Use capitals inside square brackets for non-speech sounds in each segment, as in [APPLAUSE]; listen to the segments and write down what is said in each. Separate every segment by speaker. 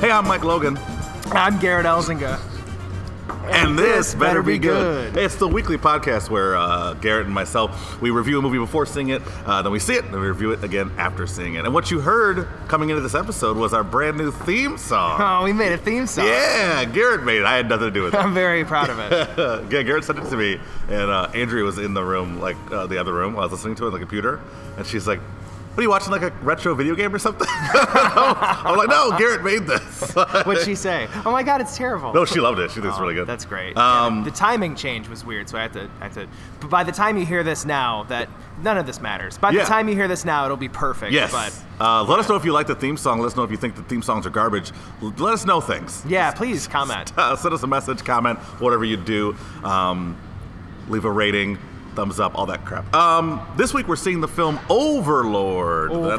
Speaker 1: Hey, I'm Mike Logan,
Speaker 2: I'm Garrett Elzinga.
Speaker 1: and this better be
Speaker 2: be
Speaker 1: good.
Speaker 2: good.
Speaker 1: It's the weekly podcast where uh, Garrett and myself we review a movie before seeing it, uh, then we see it, then we review it again after seeing it. And what you heard coming into this episode was our brand new theme [LAUGHS] song.
Speaker 2: Oh, we made a theme song.
Speaker 1: Yeah, Garrett made it. I had nothing to do with it. [LAUGHS]
Speaker 2: I'm very proud of it.
Speaker 1: yeah, Garrett sent it to me, and uh, Andrea was in the room, like uh, the other room. I was listening to it on the computer, and she's like, "What are you watching? Like a retro video game or something?" [LAUGHS] I'm like, "No, Garrett made this." [LAUGHS]
Speaker 2: What'd she say? Oh my god, it's terrible.
Speaker 1: no, she loved it. She thinks it's really good.
Speaker 2: Oh, That's great.
Speaker 1: Um,
Speaker 2: Yeah, the timing change was weird, so I had to, I had to. But by the time you hear this now, that none of this matters. By
Speaker 1: Yeah.
Speaker 2: the time you hear this now, it'll be perfect.
Speaker 1: Yes.
Speaker 2: But
Speaker 1: uh, let us know if you like the theme song. Let us know if you think the theme songs are garbage. L- let us know things. [LAUGHS]
Speaker 2: yeah, please comment.
Speaker 1: Uh, send us a message, comment, whatever you do. Um, leave a rating, thumbs up, all that crap. Um, this week we're seeing the film Overlord. That's right.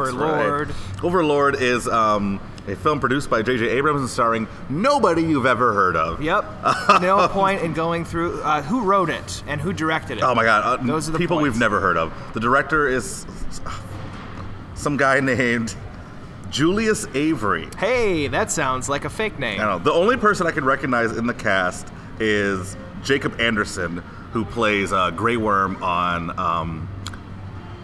Speaker 2: Overlord.
Speaker 1: Overlord is um, a film produced by J.J. Abrams and starring nobody you've ever heard of.
Speaker 2: Yep. No point in going through uh, who wrote it and who directed it.
Speaker 1: Oh my god, uh,
Speaker 2: Those are the
Speaker 1: people
Speaker 2: points.
Speaker 1: we've never heard of. The director is some guy [LAUGHS] named Julius Avery.
Speaker 2: Hey, that sounds like a fake name.
Speaker 1: I don't know. The only person I can recognize in the cast is Jacob Anderson, who plays uh, Grey Worm on um,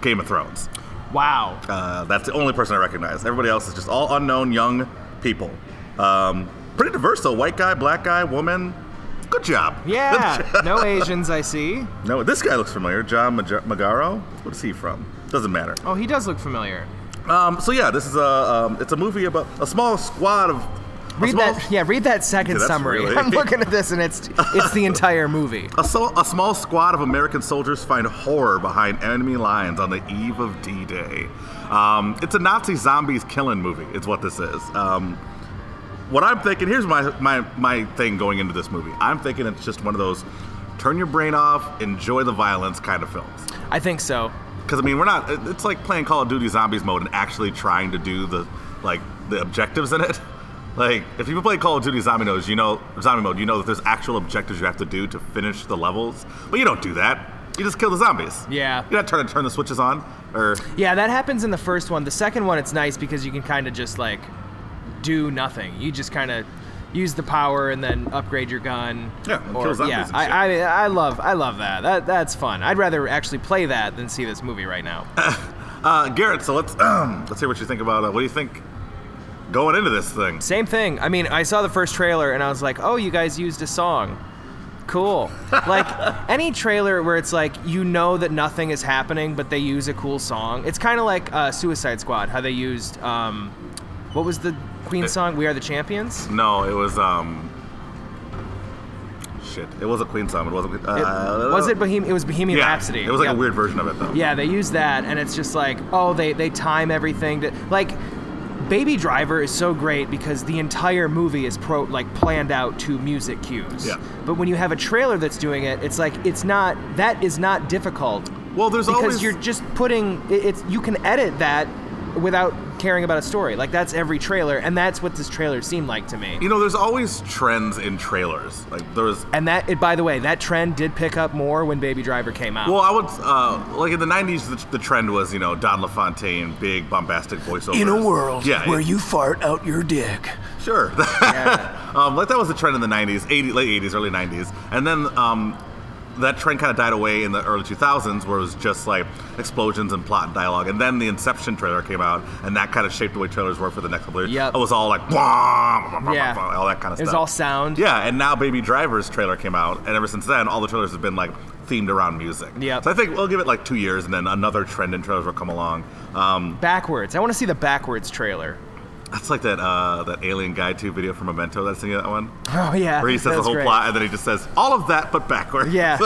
Speaker 1: Game of Thrones. [LAUGHS]
Speaker 2: Wow.
Speaker 1: Uh, that's the only person I recognize. Everybody else is just all unknown young people. Um, pretty diverse though. White guy, black guy, woman. Good job. [LAUGHS]
Speaker 2: Yeah. no Asians, I see.
Speaker 1: no, this guy looks familiar. John Mag- Magaro. What is he from? Doesn't matter.
Speaker 2: Oh, he does look familiar.
Speaker 1: Um, so yeah, this is a um, it's a movie about a small squad of. a
Speaker 2: Read
Speaker 1: small-
Speaker 2: that. Yeah, read that second
Speaker 1: Yeah, that's
Speaker 2: summary.
Speaker 1: really-
Speaker 2: [LAUGHS] I'm looking at this, and it's
Speaker 1: [LAUGHS]
Speaker 2: it's the entire movie.
Speaker 1: A, so- a small squad of American soldiers find horror behind enemy lines on the eve of D-Day. Um, it's a Nazi zombies killing movie. Is what this is. Um, what I'm thinking here's my, my my thing going into this movie. I'm thinking it's just one of those turn your brain off, enjoy the violence kind of films.
Speaker 2: I think so.
Speaker 1: Because I mean, we're not. it- It's like playing Call of Duty Zombies mode and actually trying to do the like the objectives in it. [LAUGHS] Like, if you've played Call of Duty Zombie modes, you know Zombie mode, you know that there's actual objectives you have to do to finish the levels. But you don't do that. You just kill the zombies.
Speaker 2: Yeah.
Speaker 1: You're not trying to turn the switches on or
Speaker 2: Yeah, that happens in the first one. The second one, it's nice because you can kind of just like do nothing. You just kind of use the power and then upgrade your gun.
Speaker 1: Yeah, and kill zombies
Speaker 2: yeah.
Speaker 1: and shit.
Speaker 2: I, I I love I love that. That that's fun. I'd rather actually play that than see this movie right now.
Speaker 1: uh, Garrett. So let's [CLEARS THROAT] let's hear what you think about uh, what do you think going into this thing.
Speaker 2: Same thing. I mean, I saw the first trailer and I was like, oh, you guys used a song. Cool.
Speaker 1: [LAUGHS]
Speaker 2: Like any trailer where it's like you know that nothing is happening, but they use a cool song. It's kind of like uh, Suicide Squad, how they used um, what was the Queen song? We are the champions.
Speaker 1: No, it was um. Shit, it was a Queen song. It wasn't. Uh,
Speaker 2: was it Bohemian? It was Bohemian
Speaker 1: Yeah,
Speaker 2: Rhapsody.
Speaker 1: It was like
Speaker 2: Yep.
Speaker 1: a weird version of it though.
Speaker 2: Yeah, they use that, and it's just like, oh, they they time everything to like. Baby Driver is so great because the entire movie is pro like planned out to music cues.
Speaker 1: Yeah.
Speaker 2: But when you have a trailer that's doing it, it's like it's not that is not difficult
Speaker 1: Well, there's
Speaker 2: because
Speaker 1: always
Speaker 2: you're just putting it, it's you can edit that without caring about a story. Like that's every trailer, and that's what this trailer seemed like to me.
Speaker 1: You know, there's always trends in trailers. Like there was,
Speaker 2: And that it, by the way, that trend did pick up more when Baby Driver came out.
Speaker 1: well, I would uh, like in the '90s, the, the trend was you know Don LaFontaine, big bombastic voiceovers.
Speaker 3: In a world
Speaker 1: yeah,
Speaker 3: where
Speaker 1: it-
Speaker 3: you fart out your dick.
Speaker 1: sure. [LAUGHS] um, like that was the trend in the '90s, 80, late '80s, early '90s, and then um, that trend kind of died away in the early 2000s, where it was just like explosions and plot and dialogue. And then the Inception trailer came out, and that kind of shaped the way trailers were for the next couple of years.
Speaker 2: Yep.
Speaker 1: It was all like, "Bwah, bwah, bwah,
Speaker 2: Yeah.
Speaker 1: bwah," all that kind of
Speaker 2: it
Speaker 1: stuff.
Speaker 2: was all sound.
Speaker 1: Yeah, and now Baby Driver's trailer came out, and ever since then, all the trailers have been like themed around music.
Speaker 2: Yep.
Speaker 1: So I think we'll give it like two years, and then another trend in trailers will come along. Um,
Speaker 2: Backwards. I want to see the backwards trailer.
Speaker 1: that's like that uh, that Alien Guy Two video from Memento. That's in that
Speaker 2: [LAUGHS]
Speaker 1: one
Speaker 2: Oh yeah.
Speaker 1: where he says the
Speaker 2: That's
Speaker 1: whole
Speaker 2: great.
Speaker 1: plot, and then he just says all of that but backwards.
Speaker 2: Yeah.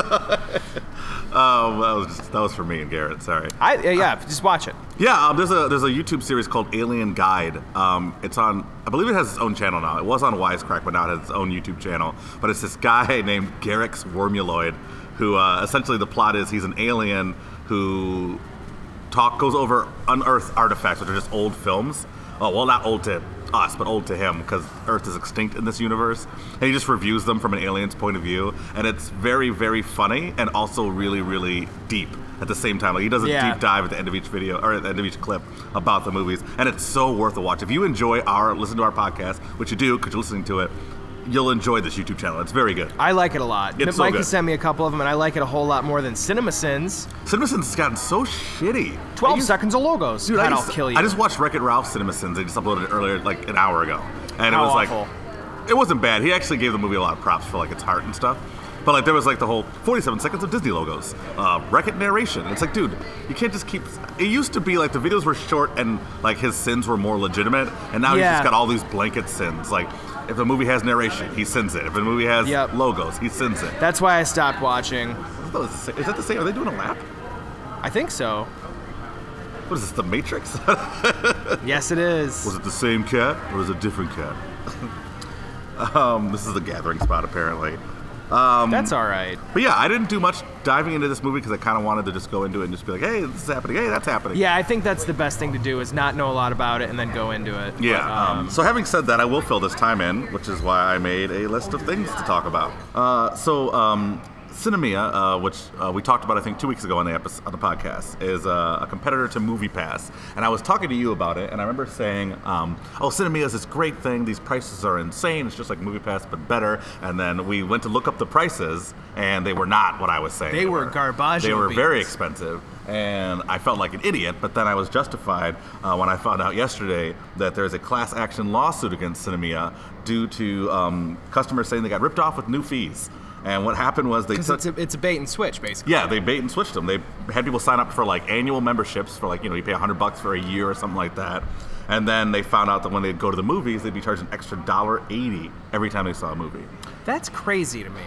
Speaker 1: [LAUGHS] Um, that was just, that was for me and Garrett. Sorry.
Speaker 2: I uh, yeah, just watch it.
Speaker 1: Yeah, um, there's a there's a YouTube series called Alien Guide. Um, it's on, I believe it has its own channel now. It was on Wisecrack, but now it has its own YouTube channel. But it's this guy [LAUGHS] named Garrix Wormuloid, who uh, essentially the plot is he's an alien who talk goes over unearthed artifacts, which are just old films. Oh, well, not old to us, but old to him because Earth is extinct in this universe. And he just reviews them from an alien's point of view. And it's very, very funny and also really, really deep at the same time. Like, he does a
Speaker 2: Yeah.
Speaker 1: deep dive at the end of each video or at the end of each clip about the movies. And it's so worth a watch. If you enjoy our, listen to our podcast, which you do because you're listening to it, you'll enjoy this YouTube channel. It's very good.
Speaker 2: I like it a lot.
Speaker 1: It's so
Speaker 2: Mike
Speaker 1: good.
Speaker 2: has sent me a couple of them, and I like it a whole lot more than CinemaSins.
Speaker 1: CinemaSins has gotten so shitty. I
Speaker 2: 12
Speaker 1: used-
Speaker 2: seconds of logos.
Speaker 1: Dude,
Speaker 2: God,
Speaker 1: I
Speaker 2: I'll
Speaker 1: just,
Speaker 2: kill you.
Speaker 1: I just watched Wreck It Ralph CinemaSins. They just uploaded it earlier, like an hour ago. And
Speaker 2: How
Speaker 1: it was
Speaker 2: awful.
Speaker 1: like, it wasn't bad. He actually gave the movie a lot of props for like its heart and stuff. But like, there was like the whole 47 seconds of Disney logos, uh, Wreck It narration. It's like, dude, you can't just keep. It used to be like the videos were short and like his sins were more legitimate. And now he's
Speaker 2: Yeah.
Speaker 1: just got all these blanket sins. Like, if a movie has narration, he sends it. If a movie has
Speaker 2: Yep.
Speaker 1: logos, he sins it.
Speaker 2: That's why I stopped watching.
Speaker 1: Is that the- is that the same? Are they doing a lap?
Speaker 2: I
Speaker 1: [LAUGHS]
Speaker 2: think so.
Speaker 1: What is this, The Matrix? [LAUGHS]
Speaker 2: Yes, it is.
Speaker 1: Was it the same cat or was it a different cat? um, this is the gathering spot, apparently. um,
Speaker 2: That's all right.
Speaker 1: But yeah, I didn't do much diving into this movie because I kind of wanted to just go into it and just be like, hey, this is happening. Hey, that's happening.
Speaker 2: Yeah, I think that's the best thing to do is not know a lot about it and then go into it.
Speaker 1: Yeah.
Speaker 2: But,
Speaker 1: um, so having said that, I will fill this time in, which is why I made a list of things to talk about. Uh, so um, Cinemia, uh, which uh, we talked about, I think, two weeks ago on the episode, on the podcast, is uh, a competitor to MoviePass, and I was talking to you about it, and I remember saying, um, "Oh, Cinemia is this great thing. These prices are insane. It's just like MoviePass, but better." And then we went to look up the prices, and they were not what I was saying.
Speaker 2: They were garbage
Speaker 1: They were very
Speaker 2: beans.
Speaker 1: expensive, and I felt like an idiot. But then I was justified uh, when I found out yesterday that there's a class action lawsuit against Cinemia due to um, customers saying they got ripped off with new fees. And what happened was they
Speaker 2: Because
Speaker 1: took.
Speaker 2: it's a, it's a bait and switch, basically.
Speaker 1: yeah, they bait and switched them. They had people sign up for like annual memberships for like you know you pay hundred bucks for a year or something like that, and then they found out that when they'd go to the movies, they'd be charged an extra dollar eighty every time they saw a movie.
Speaker 2: That's crazy to me.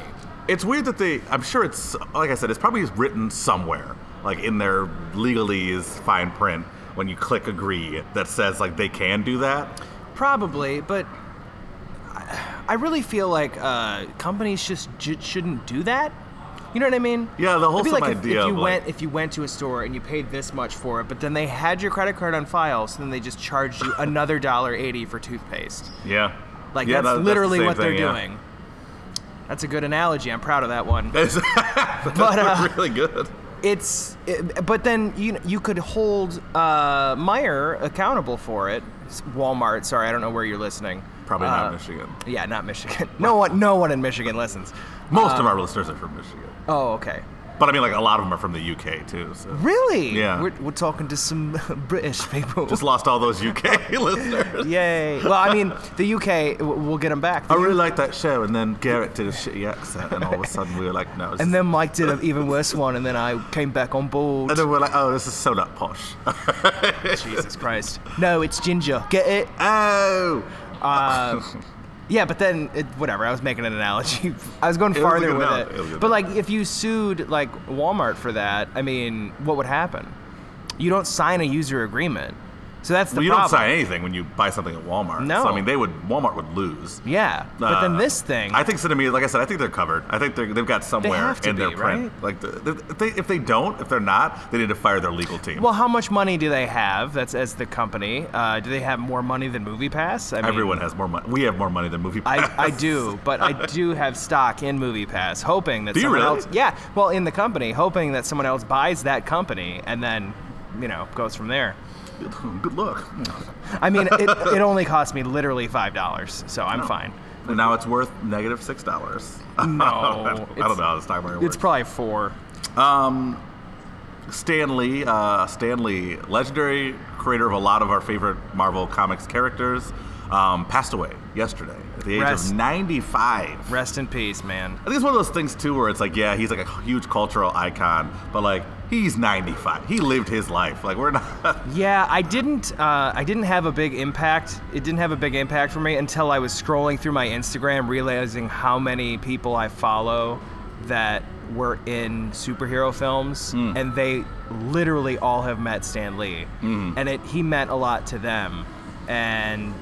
Speaker 1: It's weird that they. I'm sure it's like I said. It's probably written somewhere, like in their legalese fine print. When you click agree, that says like they can do that.
Speaker 2: Probably, but I- I really feel like uh, companies just j- shouldn't do that. You know what I mean?
Speaker 1: Yeah, the
Speaker 2: It'd be
Speaker 1: wholesome
Speaker 2: like if,
Speaker 1: idea
Speaker 2: If you
Speaker 1: of, like-
Speaker 2: went, if you went to a store and you paid this much for it, but then they had your credit card on file, so then they just charged you another dollar eighty for toothpaste.
Speaker 1: Yeah.
Speaker 2: Like
Speaker 1: Yeah, that-
Speaker 2: that's
Speaker 1: the
Speaker 2: literally
Speaker 1: same
Speaker 2: what they're
Speaker 1: thing, yeah.
Speaker 2: doing. That's a good analogy. I'm proud of that one.
Speaker 1: [LAUGHS] [LAUGHS] That's, [LAUGHS]
Speaker 2: But, uh,
Speaker 1: really good.
Speaker 2: It's, it, but then you you could hold uh, Meyer accountable for it. It's Walmart. Sorry, I don't know where you're listening.
Speaker 1: Probably not
Speaker 2: Uh,
Speaker 1: Michigan.
Speaker 2: Yeah, not Michigan. [LAUGHS] No one, no one in Michigan listens.
Speaker 1: Most of our listeners are from Michigan,
Speaker 2: Oh, okay.
Speaker 1: but I mean like a lot of them are from the UK too. So
Speaker 2: Really?
Speaker 1: Yeah.
Speaker 2: We're, we're talking to some [LAUGHS] British people.
Speaker 1: just lost all those UK [LAUGHS] listeners.
Speaker 2: [LAUGHS] Yay. Well, I mean, the UK, w- we'll get them back.
Speaker 1: I Oh, really liked that show, and then Garrett did a shitty accent, and all of a sudden we were like, no. It's
Speaker 2: and then Mike did an even worse one, and then I came back on
Speaker 1: [LAUGHS]
Speaker 2: board.
Speaker 1: and [LAUGHS] then we're like, oh, this is so not posh. [LAUGHS]
Speaker 2: Jesus Christ. No, it's ginger. Get it?
Speaker 1: oh.
Speaker 2: Yeah, but then it, whatever. I was making an analogy. [LAUGHS] I was going
Speaker 1: It was a
Speaker 2: farther
Speaker 1: good
Speaker 2: with
Speaker 1: analogy. It was a
Speaker 2: it.
Speaker 1: good
Speaker 2: But like, if you sued like Walmart for that, I mean, what would happen? You don't sign a user agreement, so that's the
Speaker 1: Well, you
Speaker 2: problem.
Speaker 1: don't sign anything when you buy something at Walmart.
Speaker 2: No.
Speaker 1: So, I mean, they would Walmart would lose.
Speaker 2: Yeah, but then
Speaker 1: Uh,
Speaker 2: this thing.
Speaker 1: I think Cinemia, like I said, I think they're covered. I think they're, they've got somewhere
Speaker 2: have to
Speaker 1: in their
Speaker 2: be,
Speaker 1: print.
Speaker 2: right?
Speaker 1: Like, the, the, if, they, if they don't, if they're not, they need to fire their legal team.
Speaker 2: well, how much money do they have? That's as the company. Uh, do they have more money than MoviePass? I mean,
Speaker 1: Everyone has more money. We have more money than movie. Pass. [LAUGHS]
Speaker 2: I, I do, but I do have stock in MoviePass, hoping that
Speaker 1: Do you
Speaker 2: someone
Speaker 1: really?
Speaker 2: else. Yeah, well, in the company, hoping that someone else buys that company and then, you know, goes from there.
Speaker 1: Good luck.
Speaker 2: I mean, it, it only cost me literally five dollars, so I'm
Speaker 1: [LAUGHS]
Speaker 2: fine.
Speaker 1: And now it's worth negative six dollars. [LAUGHS]
Speaker 2: No,
Speaker 1: I don't know
Speaker 2: it's-
Speaker 1: how the stock market works.
Speaker 2: It's probably four.
Speaker 1: Stan Lee, uh, Stan Lee, legendary creator of a lot of our favorite Marvel Comics characters, um, passed away yesterday at the age
Speaker 2: Rest.
Speaker 1: of 95.
Speaker 2: Rest in peace, man.
Speaker 1: I think it's one of those things too, where it's like, yeah, he's like a huge cultural icon, but like he's 95. He lived his life. Like we're not. [LAUGHS]
Speaker 2: Yeah, I didn't. Uh, I didn't have a big impact. It didn't have a big impact for me until I was scrolling through my Instagram, realizing how many people I follow that were in superhero films,
Speaker 1: Hmm.
Speaker 2: and they literally all have met Stan Lee,
Speaker 1: Hmm.
Speaker 2: and it he meant a lot to them, and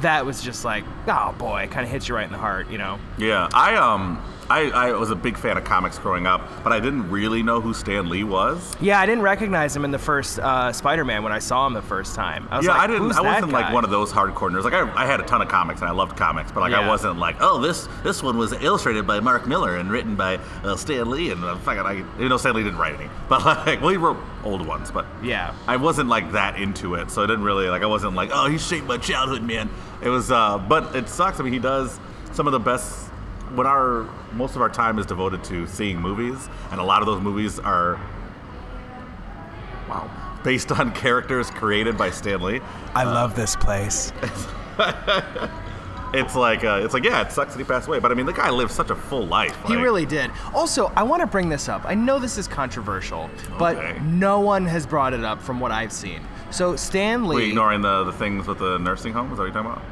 Speaker 2: that was just like, oh boy, it kind of hits you right in the heart, you know.
Speaker 1: yeah, I um, I, I was a big fan of comics growing up, but I didn't really know who Stan Lee was.
Speaker 2: Yeah, I didn't recognize him in the first uh, Spider-Man when I saw him the first time. I was
Speaker 1: yeah,
Speaker 2: like,
Speaker 1: I didn't.
Speaker 2: Who's
Speaker 1: I
Speaker 2: that
Speaker 1: wasn't like
Speaker 2: guy?"
Speaker 1: one of those hardcore nerds. Like I, I had a ton of comics and I loved comics, but like I
Speaker 2: Yeah.
Speaker 1: wasn't like, oh, this this one was illustrated by Mark Miller and written by uh, Stan Lee and uh, fucking I, you know, Stan Lee didn't write any, but [LAUGHS] like, well, he wrote old ones, but
Speaker 2: Yeah.
Speaker 1: I wasn't like that into it, so I didn't really like. I wasn't like, oh, he shaped my childhood, man. It was, uh, but it sucks. I mean, he does some of the best. When our most of our time is devoted to seeing movies, and a lot of those movies are wow based [LAUGHS] on characters created by Stan Lee.
Speaker 3: I love this place.
Speaker 1: It's like uh, it's like yeah, it sucks that he passed away, but I mean the guy lived such a full life.
Speaker 2: He
Speaker 1: like-
Speaker 2: really did. Also, I want to bring this up. I know this is controversial,
Speaker 1: Okay.
Speaker 2: but no one has brought it up from what I've seen. So Stan Lee.
Speaker 1: Wait, ignoring the, the things with the nursing home. Is that what you're talking about?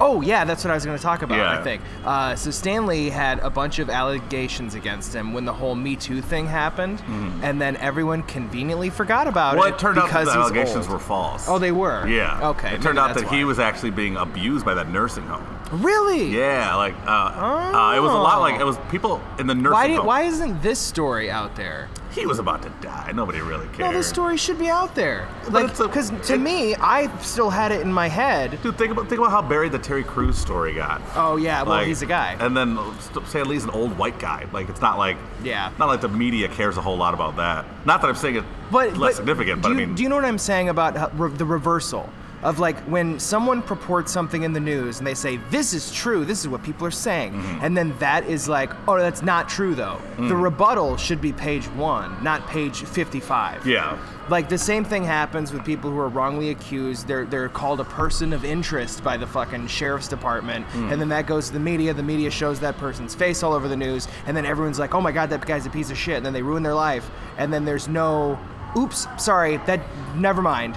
Speaker 2: Oh yeah, that's what I was going to talk about.
Speaker 1: Yeah.
Speaker 2: I think. Uh, so Stanley had a bunch of allegations against him when the whole Me Too thing happened, and then everyone conveniently forgot about
Speaker 1: Mm-hmm. Well,
Speaker 2: it,
Speaker 1: it turned out
Speaker 2: because
Speaker 1: that the
Speaker 2: he's
Speaker 1: allegations
Speaker 2: old.
Speaker 1: were false.
Speaker 2: Oh, they were.
Speaker 1: Yeah.
Speaker 2: Okay.
Speaker 1: It
Speaker 2: maybe
Speaker 1: turned out
Speaker 2: that's
Speaker 1: that he
Speaker 2: why.
Speaker 1: was actually being abused by that nursing home.
Speaker 2: really.
Speaker 1: Yeah, like uh, uh, it was a lot like it was people in the nursing
Speaker 2: Oh. Why did?
Speaker 1: home.
Speaker 2: Why isn't this story out there?
Speaker 1: He was about to die. Nobody really cared.
Speaker 2: No, this story should be out there.
Speaker 1: But
Speaker 2: Like,
Speaker 1: it's a-
Speaker 2: because to
Speaker 1: it-
Speaker 2: me, I still had it in my head.
Speaker 1: Dude, think about think about how buried the Terry Crews story got.
Speaker 2: Oh yeah, well
Speaker 1: Like,
Speaker 2: he's a guy.
Speaker 1: And then St- Stan Lee's an old white guy. Like it's not like
Speaker 2: Yeah.
Speaker 1: not like the media cares a whole lot about that. Not that I'm saying it's
Speaker 2: but
Speaker 1: less
Speaker 2: but
Speaker 1: significant, but
Speaker 2: do
Speaker 1: I
Speaker 2: you,
Speaker 1: mean,
Speaker 2: do you know what I'm saying about how, re- the reversal of like when someone purports something in the news and they say this is true, this is what people are saying,
Speaker 1: Mm-hmm.
Speaker 2: and then that is like, oh, that's not true though.
Speaker 1: Mm.
Speaker 2: The rebuttal should be page one, not page 55.
Speaker 1: yeah.
Speaker 2: Like the same thing happens with people who are wrongly accused. They're they're called a person of interest by the fucking sheriff's department,
Speaker 1: Hmm.
Speaker 2: and then that goes to the media. The media shows that person's face all over the news, and then everyone's like, "Oh my god, that guy's a piece of shit," and then they ruin their life, and then there's no, "Oops, sorry, that never mind."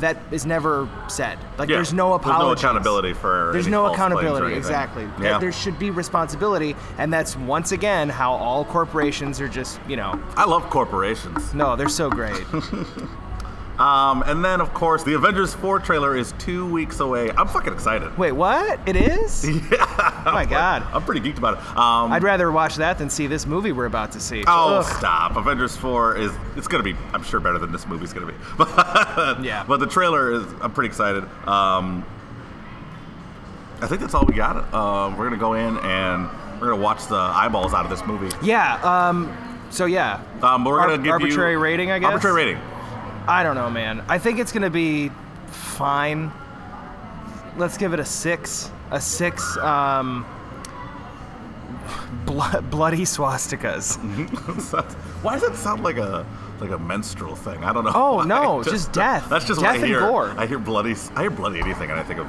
Speaker 2: That is never said. Like
Speaker 1: Hmm. Yeah.
Speaker 2: there's no apology.
Speaker 1: There's no accountability for.
Speaker 2: There's
Speaker 1: any
Speaker 2: no
Speaker 1: false claims or
Speaker 2: accountability,
Speaker 1: anything.
Speaker 2: exactly. Th-
Speaker 1: Yeah.
Speaker 2: There should be responsibility, and that's once again how all corporations are just, you know,
Speaker 1: I love corporations.
Speaker 2: no, they're so great.
Speaker 1: Um, and then of course the Avengers 4 trailer is two weeks away. I'm fucking excited. [LAUGHS]
Speaker 2: Wait, what? It is? Yeah. Oh my god.
Speaker 1: I'm pretty geeked about it. Um,
Speaker 2: I'd rather watch that than see this movie we're about to see.
Speaker 1: Oh,
Speaker 2: Ugh.
Speaker 1: stop! Avengers Four is it's gonna be I'm sure better than this movie's gonna be. [LAUGHS] But
Speaker 2: Yeah.
Speaker 1: But the trailer is I'm pretty excited. Um, I think that's all we got. Uh, we're gonna go in and we're gonna watch the eyeballs out of this movie.
Speaker 2: Yeah. Um. So yeah,
Speaker 1: Um, but we're
Speaker 2: Ar-
Speaker 1: gonna give
Speaker 2: arbitrary
Speaker 1: you
Speaker 2: rating, I guess?
Speaker 1: Arbitrary rating.
Speaker 2: I don't know, man. I think it's gonna be fine. Let's give it a six. A six. Um. [LAUGHS] Blo- bloody swastikas.
Speaker 1: Why does [LAUGHS] that sound like a like a menstrual thing? I don't know.
Speaker 2: Oh,
Speaker 1: why. [LAUGHS]
Speaker 2: no, just death.
Speaker 1: That's just
Speaker 2: Death
Speaker 1: what I
Speaker 2: and
Speaker 1: hear.
Speaker 2: gore.
Speaker 1: I hear bloody. I hear bloody anything, and I think of.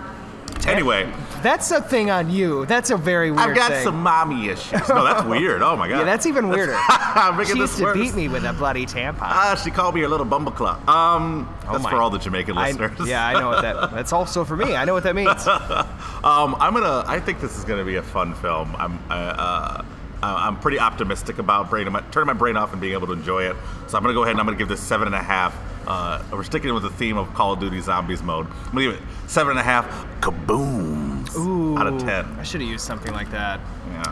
Speaker 1: Anyway,
Speaker 2: That's a thing on you. That's a very weird
Speaker 1: I've got
Speaker 2: thing.
Speaker 1: some mommy issues. No, that's weird. Oh my god.
Speaker 2: [LAUGHS] yeah, that's even weirder.
Speaker 1: [LAUGHS] I'm making
Speaker 2: she
Speaker 1: this
Speaker 2: used to
Speaker 1: worse.
Speaker 2: beat me with a bloody tampon.
Speaker 1: Ah, she called me her little bumbleclot. Um, that's
Speaker 2: Oh, my-
Speaker 1: for all the Jamaican
Speaker 2: I-
Speaker 1: listeners.
Speaker 2: yeah, I know what that. That's also for me. I know what that means.
Speaker 1: [LAUGHS] Um, I'm gonna. I think this is gonna be a fun film. I'm. Uh, uh, I- I'm pretty optimistic about brain, my, turning my brain off and being able to enjoy it. So I'm gonna go ahead and I'm gonna give this seven and a half. Uh, we're sticking with the theme of Call of Duty Zombies mode. I'm gonna give it seven and a half kabooms out of
Speaker 2: Ooh,
Speaker 1: ten.
Speaker 2: I should have used something like that.
Speaker 1: Yeah,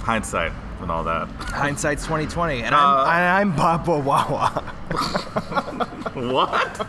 Speaker 1: hindsight and all
Speaker 2: [LAUGHS]
Speaker 1: that.
Speaker 2: Hindsight's 2020, and
Speaker 1: Uh,
Speaker 2: I'm, and I'm Bob Wawa.
Speaker 1: what?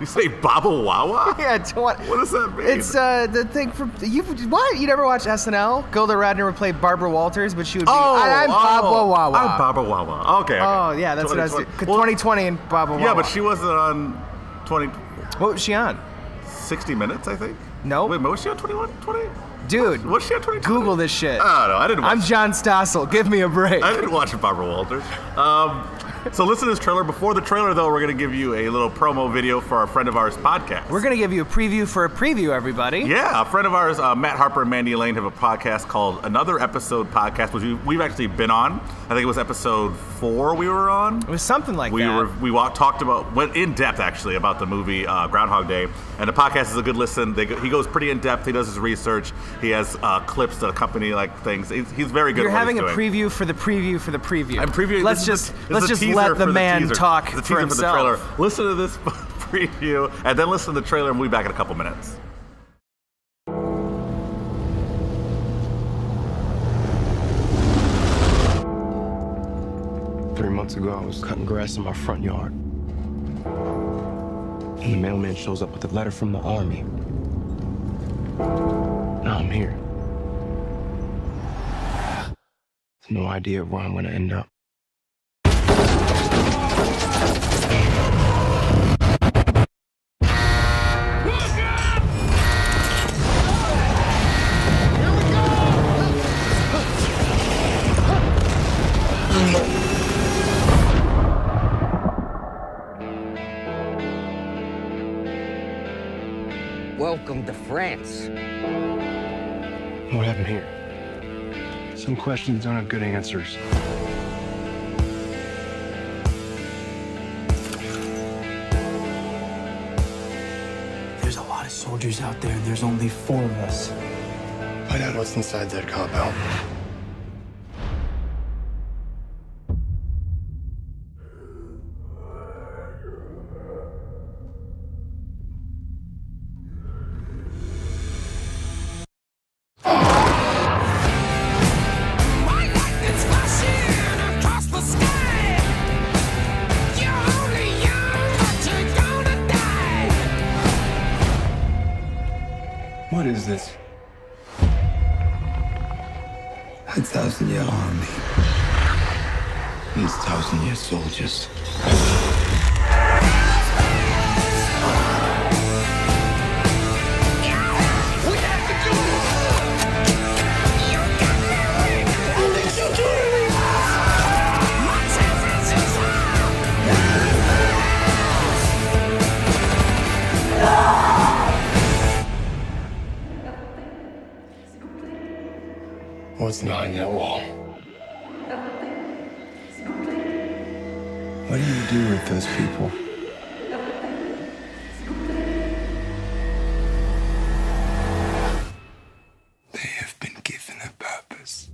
Speaker 1: You say Baba Wawa?
Speaker 2: [LAUGHS] yeah, tw-
Speaker 1: What does that mean?
Speaker 2: It's uh, the thing from you. What you never watched SNL? Gilda Radner would play Barbara Walters, but she would be. and I'm Bob Wawa.
Speaker 1: Oh, I'm Baba Wawa. Okay. okay.
Speaker 2: Oh yeah, that's what I was.
Speaker 1: 2020.
Speaker 2: 'cause
Speaker 1: Well,
Speaker 2: 2020 and Bob Wawa.
Speaker 1: Yeah, but she wasn't on 20,
Speaker 2: What was she on?
Speaker 1: 60 minutes, I think.
Speaker 2: Nope.
Speaker 1: Wait, was she on 21, 20?
Speaker 2: Dude,
Speaker 1: Was she on 20?
Speaker 2: Google this shit.
Speaker 1: Oh, no, I didn't watch
Speaker 2: I'm John Stossel. Give me a break.
Speaker 1: I didn't watch Barbara Walters. Um, so listen to this trailer. Before the trailer, though, we're going to give you a little promo video for our friend of ours podcast.
Speaker 2: We're gonna give you a preview for a preview, everybody.
Speaker 1: Yeah, a friend of ours, uh, Matt Harper and Mandy Lane, have a podcast called Another Episode Podcast, which we, we've actually been on. I think it was episode four we were on.
Speaker 2: It was something like
Speaker 1: we
Speaker 2: that.
Speaker 1: were we wa- talked about went in depth actually about the movie uh, Groundhog Day, and the podcast is a good listen. They, go- he goes pretty in depth. He does his research. He has uh, clips that accompany like things. He's, he's very good.
Speaker 2: You're
Speaker 1: at what
Speaker 2: having a
Speaker 1: he's doing.
Speaker 2: preview for the preview for the preview.
Speaker 1: I'm previewing.
Speaker 2: Let's
Speaker 1: this is the-
Speaker 2: just
Speaker 1: this
Speaker 2: let's
Speaker 1: is
Speaker 2: just
Speaker 1: teaser
Speaker 2: let
Speaker 1: for
Speaker 2: the man
Speaker 1: teaser.
Speaker 2: talk
Speaker 1: This is the
Speaker 2: for
Speaker 1: teaser
Speaker 2: himself.
Speaker 1: For the trailer. [LAUGHS] Listen to this preview, and then listen to the trailer, and we'll be back in a couple minutes.
Speaker 4: ago, I was cutting grass in my front yard. And the mailman shows up with a letter from the army. Now I'm here. No idea where I'm gonna end up.
Speaker 5: Welcome to France.
Speaker 4: What happened here? Some questions don't have good answers.
Speaker 6: There's a lot of soldiers out there, and there's only four of us.
Speaker 4: Find out what's inside that cop out.
Speaker 7: White lightning flashing across the sky. You're only young, but you're gonna die.
Speaker 4: What is this?
Speaker 8: A thousand year army. These thousand year soldiers.
Speaker 7: We have to do it. You got me weak. What did you do to me? My chances is high.
Speaker 4: What's behind that wall? What do you do with those people?
Speaker 8: They have been given a purpose.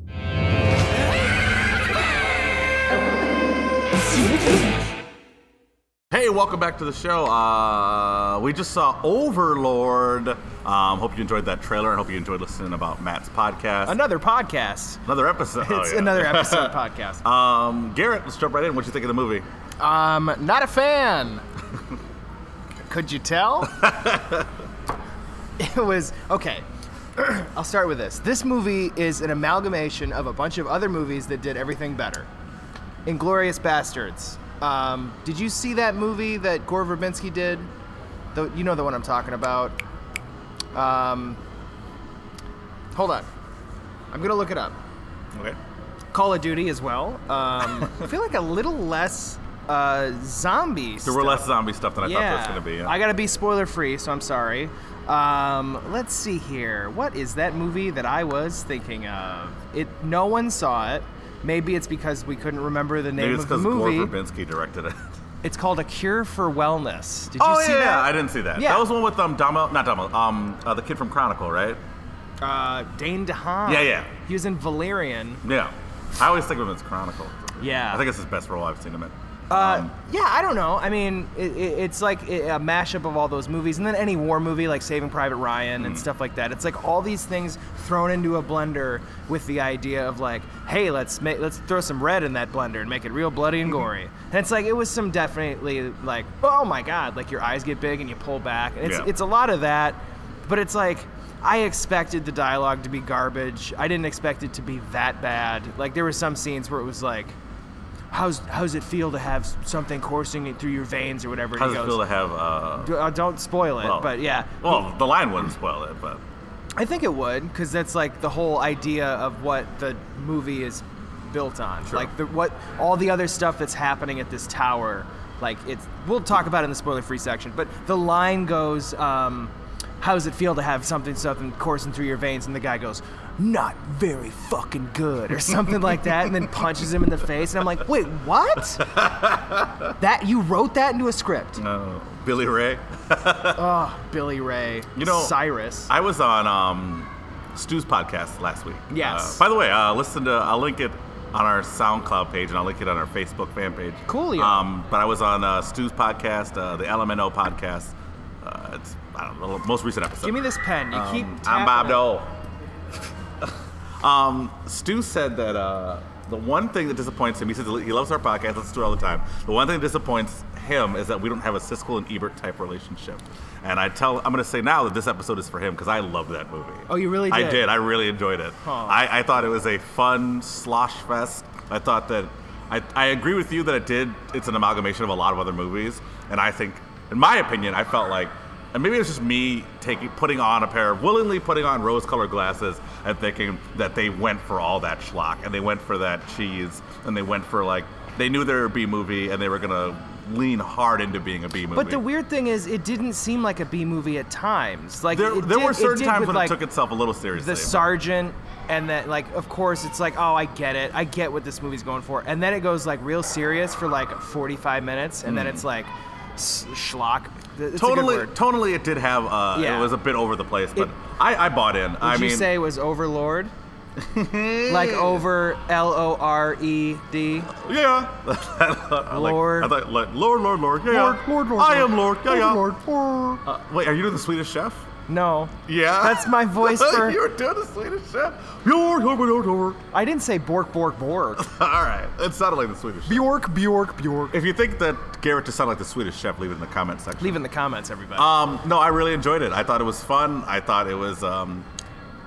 Speaker 1: Hey, welcome back to the show. Uh, we just saw Overlord. Um, hope you enjoyed that trailer. and hope you enjoyed listening about Matt's podcast.
Speaker 2: Another podcast.
Speaker 1: another episode. Oh,
Speaker 2: It's
Speaker 1: yeah. [LAUGHS]
Speaker 2: another episode podcast.
Speaker 1: Um, Garrett, let's jump right in. What you think of the movie?
Speaker 9: Um, not a fan. Could you tell? it was okay. [CLEARS THROAT] I'll start with this. This movie is an amalgamation of a bunch of other movies that did everything better. Inglorious Bastards. Um, did you see that movie that Gore Verbinski did? The, you know the one I'm talking about. Um, hold on. I'm gonna look it up.
Speaker 1: Okay.
Speaker 2: Call of Duty as well. Um,
Speaker 9: I feel like a little less uh, zombies.
Speaker 1: There were less zombie stuff than I thought there was going to be. yeah.
Speaker 2: I gotta be spoiler free, so I'm sorry. Um, let's see here. What is that movie that I was thinking of? It no one saw it. Maybe it's because we couldn't remember the name
Speaker 1: Maybe it's
Speaker 2: of the
Speaker 1: because Gore
Speaker 2: movie.
Speaker 1: Verbinski directed it. [LAUGHS]
Speaker 2: It's called A Cure for Wellness. Did you
Speaker 1: oh,
Speaker 2: see
Speaker 1: yeah,
Speaker 2: that?
Speaker 1: I didn't see that.
Speaker 2: Yeah.
Speaker 1: That was the one with um, Domo, not Domo, um, uh, the kid from Chronicle, right?
Speaker 2: Uh, Dane DeHaan.
Speaker 1: Yeah, yeah.
Speaker 2: He was in Valerian.
Speaker 1: Yeah. I always think of him as Chronicle.
Speaker 2: Yeah.
Speaker 1: I think it's his best role I've seen him in. Um,
Speaker 2: Uh, yeah, I don't know. I mean, it, it, it's like a a mashup of all those movies, and then any war movie like Saving Private Ryan and stuff like that. It's like all these things thrown into a blender with the idea of like, hey, let's make let's throw some red in that blender and make it real bloody and gory. and it's like it was some definitely like, oh my god, like your eyes get big and you pull back. And it's
Speaker 1: Yeah.
Speaker 2: it's a lot of that, but it's like. I expected the dialogue to be garbage. I didn't expect it to be that bad. Like there were some scenes where it was like, how's how's it feel to have s- something coursing it through your veins or whatever?
Speaker 1: How
Speaker 2: he
Speaker 1: does it
Speaker 2: goes,
Speaker 1: feel to have. Uh,
Speaker 2: "D- uh, don't spoil it,
Speaker 1: well,
Speaker 2: but yeah,
Speaker 1: Well, the line wouldn't spoil it, but.
Speaker 2: I think it would because that's like the whole idea of what the movie is built on, like the, what all the other stuff that's happening at this tower. Like it's, we'll talk about it in the spoiler-free section, but the line goes, um, "How does it feel to have something something coursing through your veins?" And the guy goes, "Not very fucking good," or [LAUGHS] something like that, and then punches him in the face. And I'm like, "Wait, what?
Speaker 1: [LAUGHS]
Speaker 2: that you wrote that into a script?"
Speaker 1: Uh, Billy Ray.
Speaker 9: Billy Ray.
Speaker 1: You know,
Speaker 9: Cyrus.
Speaker 1: I was on um, Stu's podcast last week.
Speaker 2: Yes.
Speaker 1: Uh, by the way, uh, listen to. I'll link it on our SoundCloud page, and I'll link it on our Facebook fan page.
Speaker 2: Coolio.
Speaker 1: Um, but I was on uh, Stu's podcast, uh, the LMNO podcast. Uh, it's I don't know, the most recent episode.
Speaker 2: Give me this pen. You keep.
Speaker 1: Um, I'm [LAUGHS]
Speaker 2: tapping
Speaker 1: Bob
Speaker 2: it.
Speaker 1: Dole. um, Stu said that uh, The one thing that disappoints him, he says he loves our podcast, listens to it all the time. The one thing that disappoints him is that we don't have a Siskel and Ebert type relationship. And I tell, I'm going to say now that this episode is for him because I loved that movie.
Speaker 2: Oh, you really
Speaker 1: I
Speaker 2: did?
Speaker 1: did. I really enjoyed it. I, I thought it was a fun slosh fest. I thought that I, I agree with you that it did. It's an amalgamation of a lot of other movies, and I think, in my opinion, I felt like, and maybe it's just me taking putting on a pair of willingly putting on rose-colored glasses and thinking that they went for all that schlock and they went for that cheese and they went for like they knew they were a B movie and they were gonna lean hard into being a B movie.
Speaker 2: But the weird thing is, it didn't seem like a B movie at times. Like
Speaker 1: there,
Speaker 2: it
Speaker 1: there
Speaker 2: did-
Speaker 1: were
Speaker 2: it
Speaker 1: certain
Speaker 2: did
Speaker 1: times
Speaker 2: with,
Speaker 1: when
Speaker 2: like,
Speaker 1: it took itself a little seriously.
Speaker 2: the sergeant, and then like of course it's like oh I get it, I get what this movie's going for, and then it goes like real serious for like 45 minutes, and then it's like s- schlock. Th- It's
Speaker 1: Hmm. totally,
Speaker 2: A good word.
Speaker 1: totally, it did have. Uh,
Speaker 2: Yeah.
Speaker 1: It was a bit over the place, but
Speaker 2: It-
Speaker 1: I, I bought in.
Speaker 2: Would
Speaker 1: I
Speaker 2: you
Speaker 1: mean,
Speaker 2: say
Speaker 1: [LAUGHS]
Speaker 2: was Overlord? like over L O R E D.
Speaker 1: yeah, [LAUGHS] I like-
Speaker 2: Lord.
Speaker 1: I thought, like, Lord, Lord, Lord, yeah,
Speaker 2: Lord,
Speaker 1: yeah.
Speaker 2: Lord, Lord,
Speaker 1: I
Speaker 2: Lord.
Speaker 1: am Lord, yeah,
Speaker 2: Lord,
Speaker 1: yeah.
Speaker 2: Lord.
Speaker 1: Uh, wait, are you doing the Swedish Chef?
Speaker 2: No,
Speaker 1: Yeah,
Speaker 2: That's my voice
Speaker 1: [LAUGHS]
Speaker 2: for-
Speaker 1: you were doing the Swedish Chef. Bjork, Bjork, Bjork, Bjork.
Speaker 2: I didn't say Bork Bork
Speaker 1: [LAUGHS]
Speaker 2: Bork.
Speaker 1: All right, it sounded like the Swedish. Chef.
Speaker 2: Bjork Bjork Bjork.
Speaker 1: If you think that Garrett just sounded like the Swedish Chef, leave it in the comment section.
Speaker 2: Leave in the comments, everybody.
Speaker 1: Um, no, I really enjoyed it. I thought it was fun. I thought it was. Um,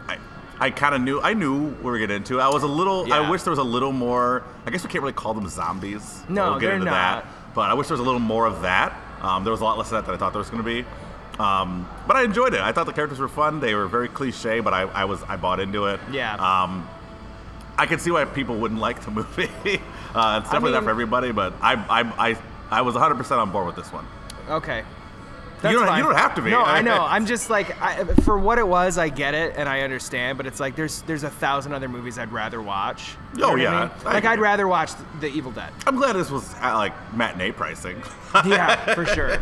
Speaker 1: I, I kind of knew. I knew we were getting into. it. I was a little. I
Speaker 2: Yeah.
Speaker 1: wish there was a little more. I guess we can't really call them zombies. but
Speaker 2: No,
Speaker 1: we'll get
Speaker 2: they're
Speaker 1: into
Speaker 2: not.
Speaker 1: that. But I wish there was a little more of that. Um, there was a lot less of that than I thought there was going to be. Um, but I enjoyed it. I thought the characters were fun. They were very cliche, but I, I was I bought into it.
Speaker 2: Yeah.
Speaker 1: Um, I can see why people wouldn't like the [LAUGHS] movie. uh, it's definitely
Speaker 2: mean-
Speaker 1: not for everybody, but I I, I, I was 100% on board with this one.
Speaker 2: Okay.
Speaker 1: you don't
Speaker 2: fine.
Speaker 1: you don't have to be.
Speaker 2: No, I know. I'm just like, I, for what it was, I get it and I understand. But it's like there's there's a thousand other movies I'd rather watch. You know
Speaker 1: Oh,
Speaker 2: what I
Speaker 1: yeah.
Speaker 2: mean?
Speaker 1: I
Speaker 2: like I'd
Speaker 1: agree.
Speaker 2: rather watch The
Speaker 1: [LAUGHS]
Speaker 2: Evil Dead.
Speaker 1: I'm glad this was at like matinee pricing. [LAUGHS]
Speaker 2: Yeah, for sure.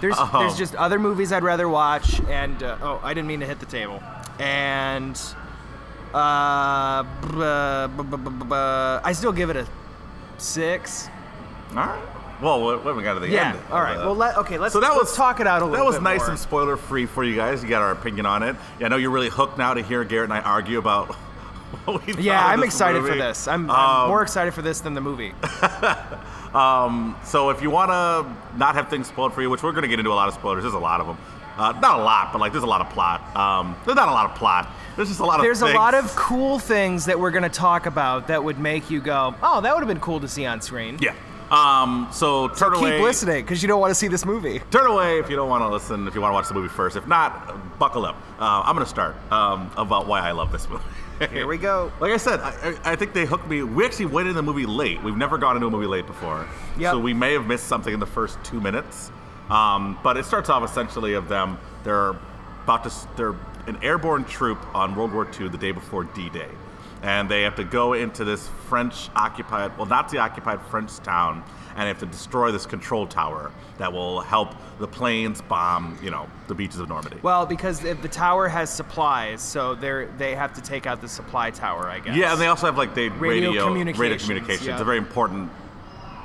Speaker 2: There's
Speaker 1: Um.
Speaker 2: there's just other movies I'd rather watch. And uh, oh, I didn't mean to hit the table. And uh, buh, buh, buh, buh, buh, buh. I still give it a six.
Speaker 1: All right. Well, we we haven't got to the
Speaker 2: Yeah.
Speaker 1: end.
Speaker 2: All right.
Speaker 1: Uh,
Speaker 2: Well, let, okay. Let's
Speaker 1: so that
Speaker 2: let's
Speaker 1: was
Speaker 2: talk it out a little.
Speaker 1: That was
Speaker 2: bit
Speaker 1: nice
Speaker 2: more.
Speaker 1: and spoiler free for you guys. You got our opinion on it. Yeah, I know you're really hooked now to hear Garrett and I argue about. [LAUGHS] What we
Speaker 2: Yeah,
Speaker 1: thought of
Speaker 2: I'm
Speaker 1: this
Speaker 2: excited for
Speaker 1: movie.
Speaker 2: this. I'm,
Speaker 1: Um,
Speaker 2: I'm more excited for this than
Speaker 1: [LAUGHS]
Speaker 2: the movie.
Speaker 1: Um, so if you want to not have things spoiled for you, which we're going to get into a lot of spoilers, there's a lot of them. Uh, not a lot, but like there's a lot of plot. Um, there's not a lot of plot. There's just a lot
Speaker 2: There's
Speaker 1: of.
Speaker 2: a lot
Speaker 1: things.
Speaker 2: of cool things that we're going to talk about that would make you go, oh, that would have been cool to see on screen.
Speaker 1: Yeah. Um, so turn
Speaker 2: Keep
Speaker 1: away.
Speaker 2: listening because you don't want to see this movie.
Speaker 1: Turn away if you don't want to listen, if you want to watch the movie first. If not, buckle up. Uh, I'm going to start um, about why I love this movie.
Speaker 2: Here we go.
Speaker 1: Like I said, I, I I think they hooked me. We actually went into the movie late. We've never gone into a movie late before.
Speaker 2: Yep.
Speaker 1: So we may have missed something in the first two minutes. Um, but it starts off essentially of them. They're about to. s- They're an airborne troop on World War II the day before D-Day, and they have to go into this French occupied, well Nazi occupied French town, and they have to destroy this control tower that will help the planes bomb, you know, the beaches of Normandy.
Speaker 2: Well, because the, the tower has supplies, so they they have to take out the supply tower, I guess.
Speaker 1: Yeah, and they also have like they radio,
Speaker 2: Radio
Speaker 1: radio communications.
Speaker 2: communications, yeah.
Speaker 1: It's a very important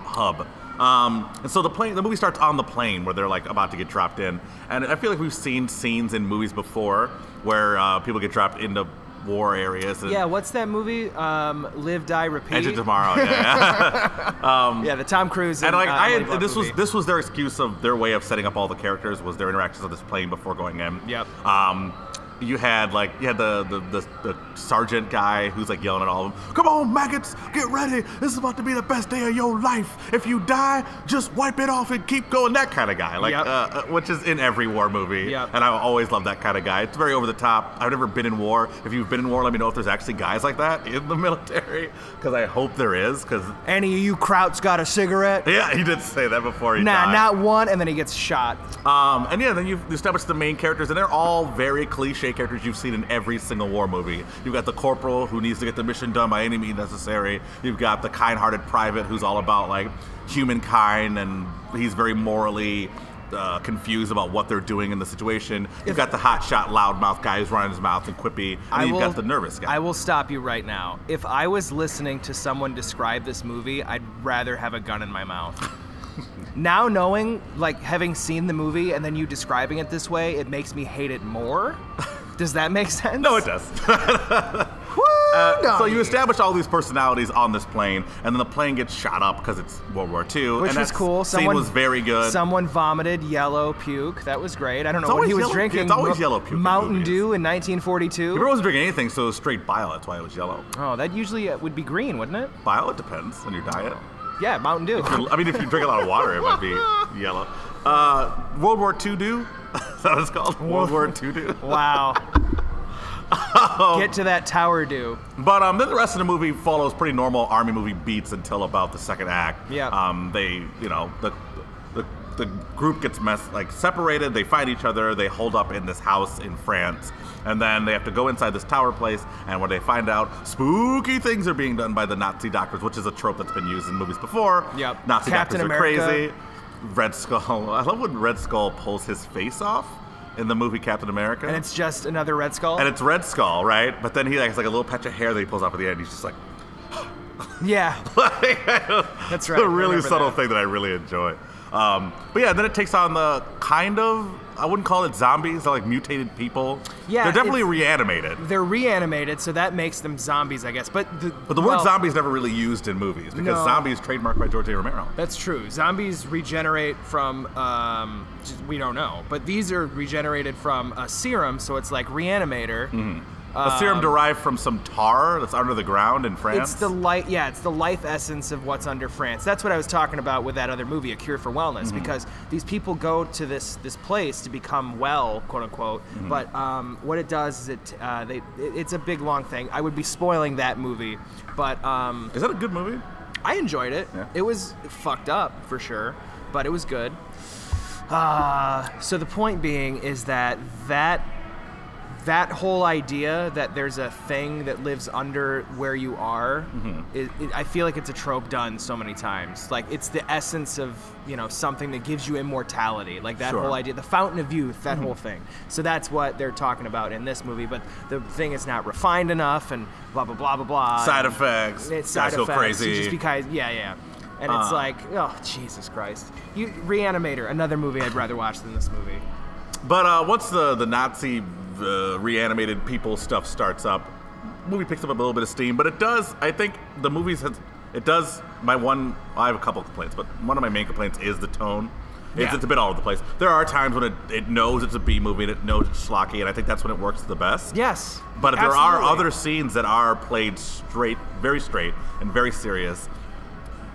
Speaker 1: hub. Um, and so the plane, the movie starts on the plane where they're like about to get dropped in. And I feel like we've seen scenes in movies before where uh, people get dropped into war areas. And
Speaker 2: Yeah, what's that movie? Um, Live, Die, Repeat.
Speaker 1: Edge of Tomorrow.
Speaker 2: [LAUGHS]
Speaker 1: Yeah.
Speaker 2: Yeah, the Tom Cruise.
Speaker 1: and like
Speaker 2: uh,
Speaker 1: I,
Speaker 2: Emily
Speaker 1: had,
Speaker 2: Blunt
Speaker 1: this was
Speaker 2: movie.
Speaker 1: this was their excuse of their way of setting up all the characters was their interactions on this plane before going in.
Speaker 2: Yep.
Speaker 1: Um, you had like you had the the, the the sergeant guy who's like yelling at all of them. Come on, maggots, get ready. This is about to be the best day of your life. If you die, just wipe it off and keep going. That kind of guy, like
Speaker 2: Yep.
Speaker 1: uh, uh, which is in every war movie.
Speaker 2: Yep.
Speaker 1: And I always love that kind of guy. It's very over the top. I've never been in war. If you've been in war, let me know if there's actually guys like that in the [LAUGHS] military because I hope there is. Because
Speaker 2: Any of you Krauts got a cigarette?
Speaker 1: yeah, he did say that before he
Speaker 2: Nah,
Speaker 1: died.
Speaker 2: not one, and then he gets shot.
Speaker 1: Um, and yeah, then you've established the main characters, and they're all very cliche characters you've seen in every single war movie. You've got the corporal who needs to get the mission done by any means necessary. You've got the kind-hearted private who's all about like humankind, and he's very morally. Uh, confused about what they're doing in the situation. You've got the hotshot, loudmouth guy who's running his mouth and quippy, and
Speaker 2: I
Speaker 1: you've
Speaker 2: will-
Speaker 1: got the nervous guy.
Speaker 2: I will stop you right now. If I was listening to someone describe this movie, I'd rather have a gun in
Speaker 1: [LAUGHS]
Speaker 2: my mouth. now knowing, like having seen the movie and then you describing it this
Speaker 1: [LAUGHS]
Speaker 2: way, it makes me hate it more. Does that make sense?
Speaker 1: no, it does. Oh, Uh, so you establish all these personalities on this plane, and then the plane gets shot up because it's World War II.
Speaker 2: Which
Speaker 1: and
Speaker 2: was
Speaker 1: that
Speaker 2: cool.
Speaker 1: Scene
Speaker 2: Someone
Speaker 1: was very good.
Speaker 2: Someone vomited yellow puke. That was great. I don't know
Speaker 1: It's
Speaker 2: what
Speaker 1: always
Speaker 2: he was
Speaker 1: yellow puke.
Speaker 2: drinking.
Speaker 1: It's always
Speaker 2: Mo-
Speaker 1: yellow puke in
Speaker 2: Mountain
Speaker 1: movies.
Speaker 2: Dew in 1942.
Speaker 1: He wasn't drinking anything, so it was straight bile. That's why it was yellow.
Speaker 2: Oh, that usually uh, would be green, wouldn't it?
Speaker 1: Bile. It depends on your diet.
Speaker 2: Yeah, Mountain Dew.
Speaker 1: I mean, if you drink a lot of water, it might be yellow. Uh, World War II do. [LAUGHS] Is that what it's called? World War II do. [LAUGHS]
Speaker 2: wow.
Speaker 1: Oh.
Speaker 2: Get to that tower dew.
Speaker 1: But um, then the rest of the movie follows pretty normal army movie beats until about the second act.
Speaker 2: Yeah.
Speaker 1: Um, they, you know, the the, the group gets mess like separated. They fight each other. They hold up in this house in France, and then they have to go inside this tower place. And when they find out, spooky things are being done by the Nazi doctors, which is a trope that's been used in movies before.
Speaker 2: Yep.
Speaker 1: Nazi
Speaker 2: Captain
Speaker 1: doctors
Speaker 2: America.
Speaker 1: are crazy. Red Skull. [LAUGHS] I love when Red Skull pulls his face off in the movie Captain America.
Speaker 2: And it's just another Red Skull.
Speaker 1: And it's Red Skull, right? But then he like has like a little patch of hair that he pulls off at the end. He's just like, [LAUGHS]
Speaker 2: yeah.
Speaker 1: that's
Speaker 2: right, I
Speaker 1: A really
Speaker 2: remember
Speaker 1: subtle
Speaker 2: that.
Speaker 1: thing that I really enjoy. Um, but yeah, then it takes on the kind of I wouldn't call it zombies. They're like mutated people.
Speaker 2: Yeah,
Speaker 1: they're definitely
Speaker 2: it's-
Speaker 1: reanimated.
Speaker 2: They're reanimated, so that makes them zombies, I guess. But the,
Speaker 1: But the word
Speaker 2: well,
Speaker 1: zombies never really used in movies because
Speaker 2: No.
Speaker 1: zombies trademarked by George A. Romero.
Speaker 2: That's true. Zombies regenerate from um, just- we don't know, but these are regenerated from a serum, so it's like reanimator.
Speaker 1: a serum derived from some tar that's under the ground in France.
Speaker 2: Um, It's the light, yeah. It's the life essence of what's under France. That's what I was talking about with that other movie, A Cure for Wellness, because these people go to this this place to become well, quote unquote. But um, what it does is it, uh, they, it it's a big long thing. I would be spoiling that movie, but um,
Speaker 1: Is that a good movie?
Speaker 2: I enjoyed it.
Speaker 1: Yeah.
Speaker 2: It was fucked up for sure, but it was good. Uh, so the point being is that that that whole idea that there's a thing that lives under where you are,
Speaker 1: Mm-hmm.
Speaker 2: it, it, I feel like it's a trope done so many times. Like it's the essence of you know something that gives you immortality, like that
Speaker 1: Sure. Mm-hmm.
Speaker 2: whole idea, the fountain of youth, that whole thing. So that's what they're talking about in this movie. But the thing is not refined enough, and blah blah blah blah blah. and-
Speaker 1: Side effects.
Speaker 2: it's
Speaker 1: guys
Speaker 2: side
Speaker 1: feel
Speaker 2: effects.
Speaker 1: crazy.
Speaker 2: You just because, yeah, yeah. And it's
Speaker 1: Uh.
Speaker 2: like, oh Jesus Christ! You Reanimator, another movie I'd rather watch than this movie.
Speaker 1: But uh, once the the Nazi uh, reanimated people stuff starts up, movie picks up a little bit of steam. But it does. I think the movies has it does. My one, I have a couple complaints, but one of my main complaints is the tone. It's,
Speaker 2: Yeah.
Speaker 1: it's a bit all over the place. There are times when it, it knows it's a B movie and it knows it's schlocky, and I think that's when it works the best.
Speaker 2: Yes,
Speaker 1: But there are
Speaker 2: absolutely.
Speaker 1: other scenes that are played straight, very straight, and very serious.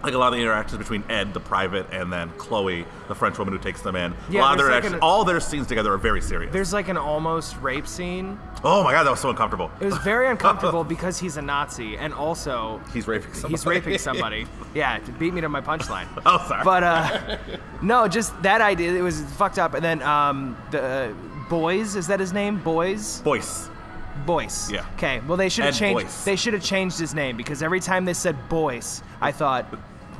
Speaker 1: Like a lot of the interactions between Ed, the private, and then Chloe, the French woman who takes them in. a
Speaker 2: Yeah,
Speaker 1: lot of
Speaker 2: there's
Speaker 1: their
Speaker 2: like
Speaker 1: action-
Speaker 2: an-
Speaker 1: all their scenes together are very serious.
Speaker 2: There's like an almost rape scene.
Speaker 1: oh my god, that was so uncomfortable.
Speaker 2: It was very
Speaker 1: [LAUGHS]
Speaker 2: uncomfortable because he's a Nazi and also
Speaker 1: He's raping somebody.
Speaker 2: he's [LAUGHS]
Speaker 1: [LAUGHS]
Speaker 2: raping somebody. yeah, it beat me to my punchline.
Speaker 1: Oh, sorry.
Speaker 2: But uh, no, just that idea. It was fucked up. And then um, the uh, boys is that his name? Boys.
Speaker 1: Voice.
Speaker 2: Boyce.
Speaker 1: Yeah.
Speaker 2: Okay. Well, they should have
Speaker 1: Ed
Speaker 2: changed.
Speaker 1: Boyce.
Speaker 2: They should have changed his name because every time they said Boyce, I thought,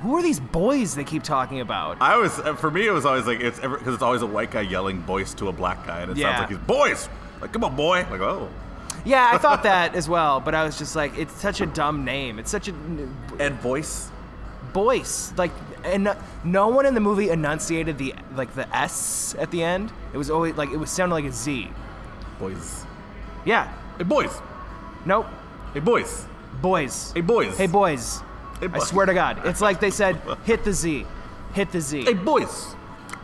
Speaker 2: who are these boys they keep talking about?
Speaker 1: I was uh, for me, it was always like it's because it's always a white guy yelling "boys" to a black guy, and it
Speaker 2: Yeah.
Speaker 1: sounds like he's "boys." Like, come on, boy. Like, oh,
Speaker 2: yeah, I thought that as well, but I was just like, it's such a dumb name. It's such a
Speaker 1: Ed Voice.
Speaker 2: Boyce. Like, and no- no one in the movie enunciated the like the S at the end. It was always like it was sounded like a Z.
Speaker 1: Boys.
Speaker 2: Yeah.
Speaker 1: Hey, boys.
Speaker 2: Nope.
Speaker 1: Hey, boys.
Speaker 2: Boys.
Speaker 1: Hey, boys.
Speaker 2: Hey, boys.
Speaker 1: Hey,
Speaker 2: I
Speaker 1: boy.
Speaker 2: swear to God, it's like
Speaker 1: [LAUGHS]
Speaker 2: they said, hit the Z, hit the Z.
Speaker 1: Hey, boys.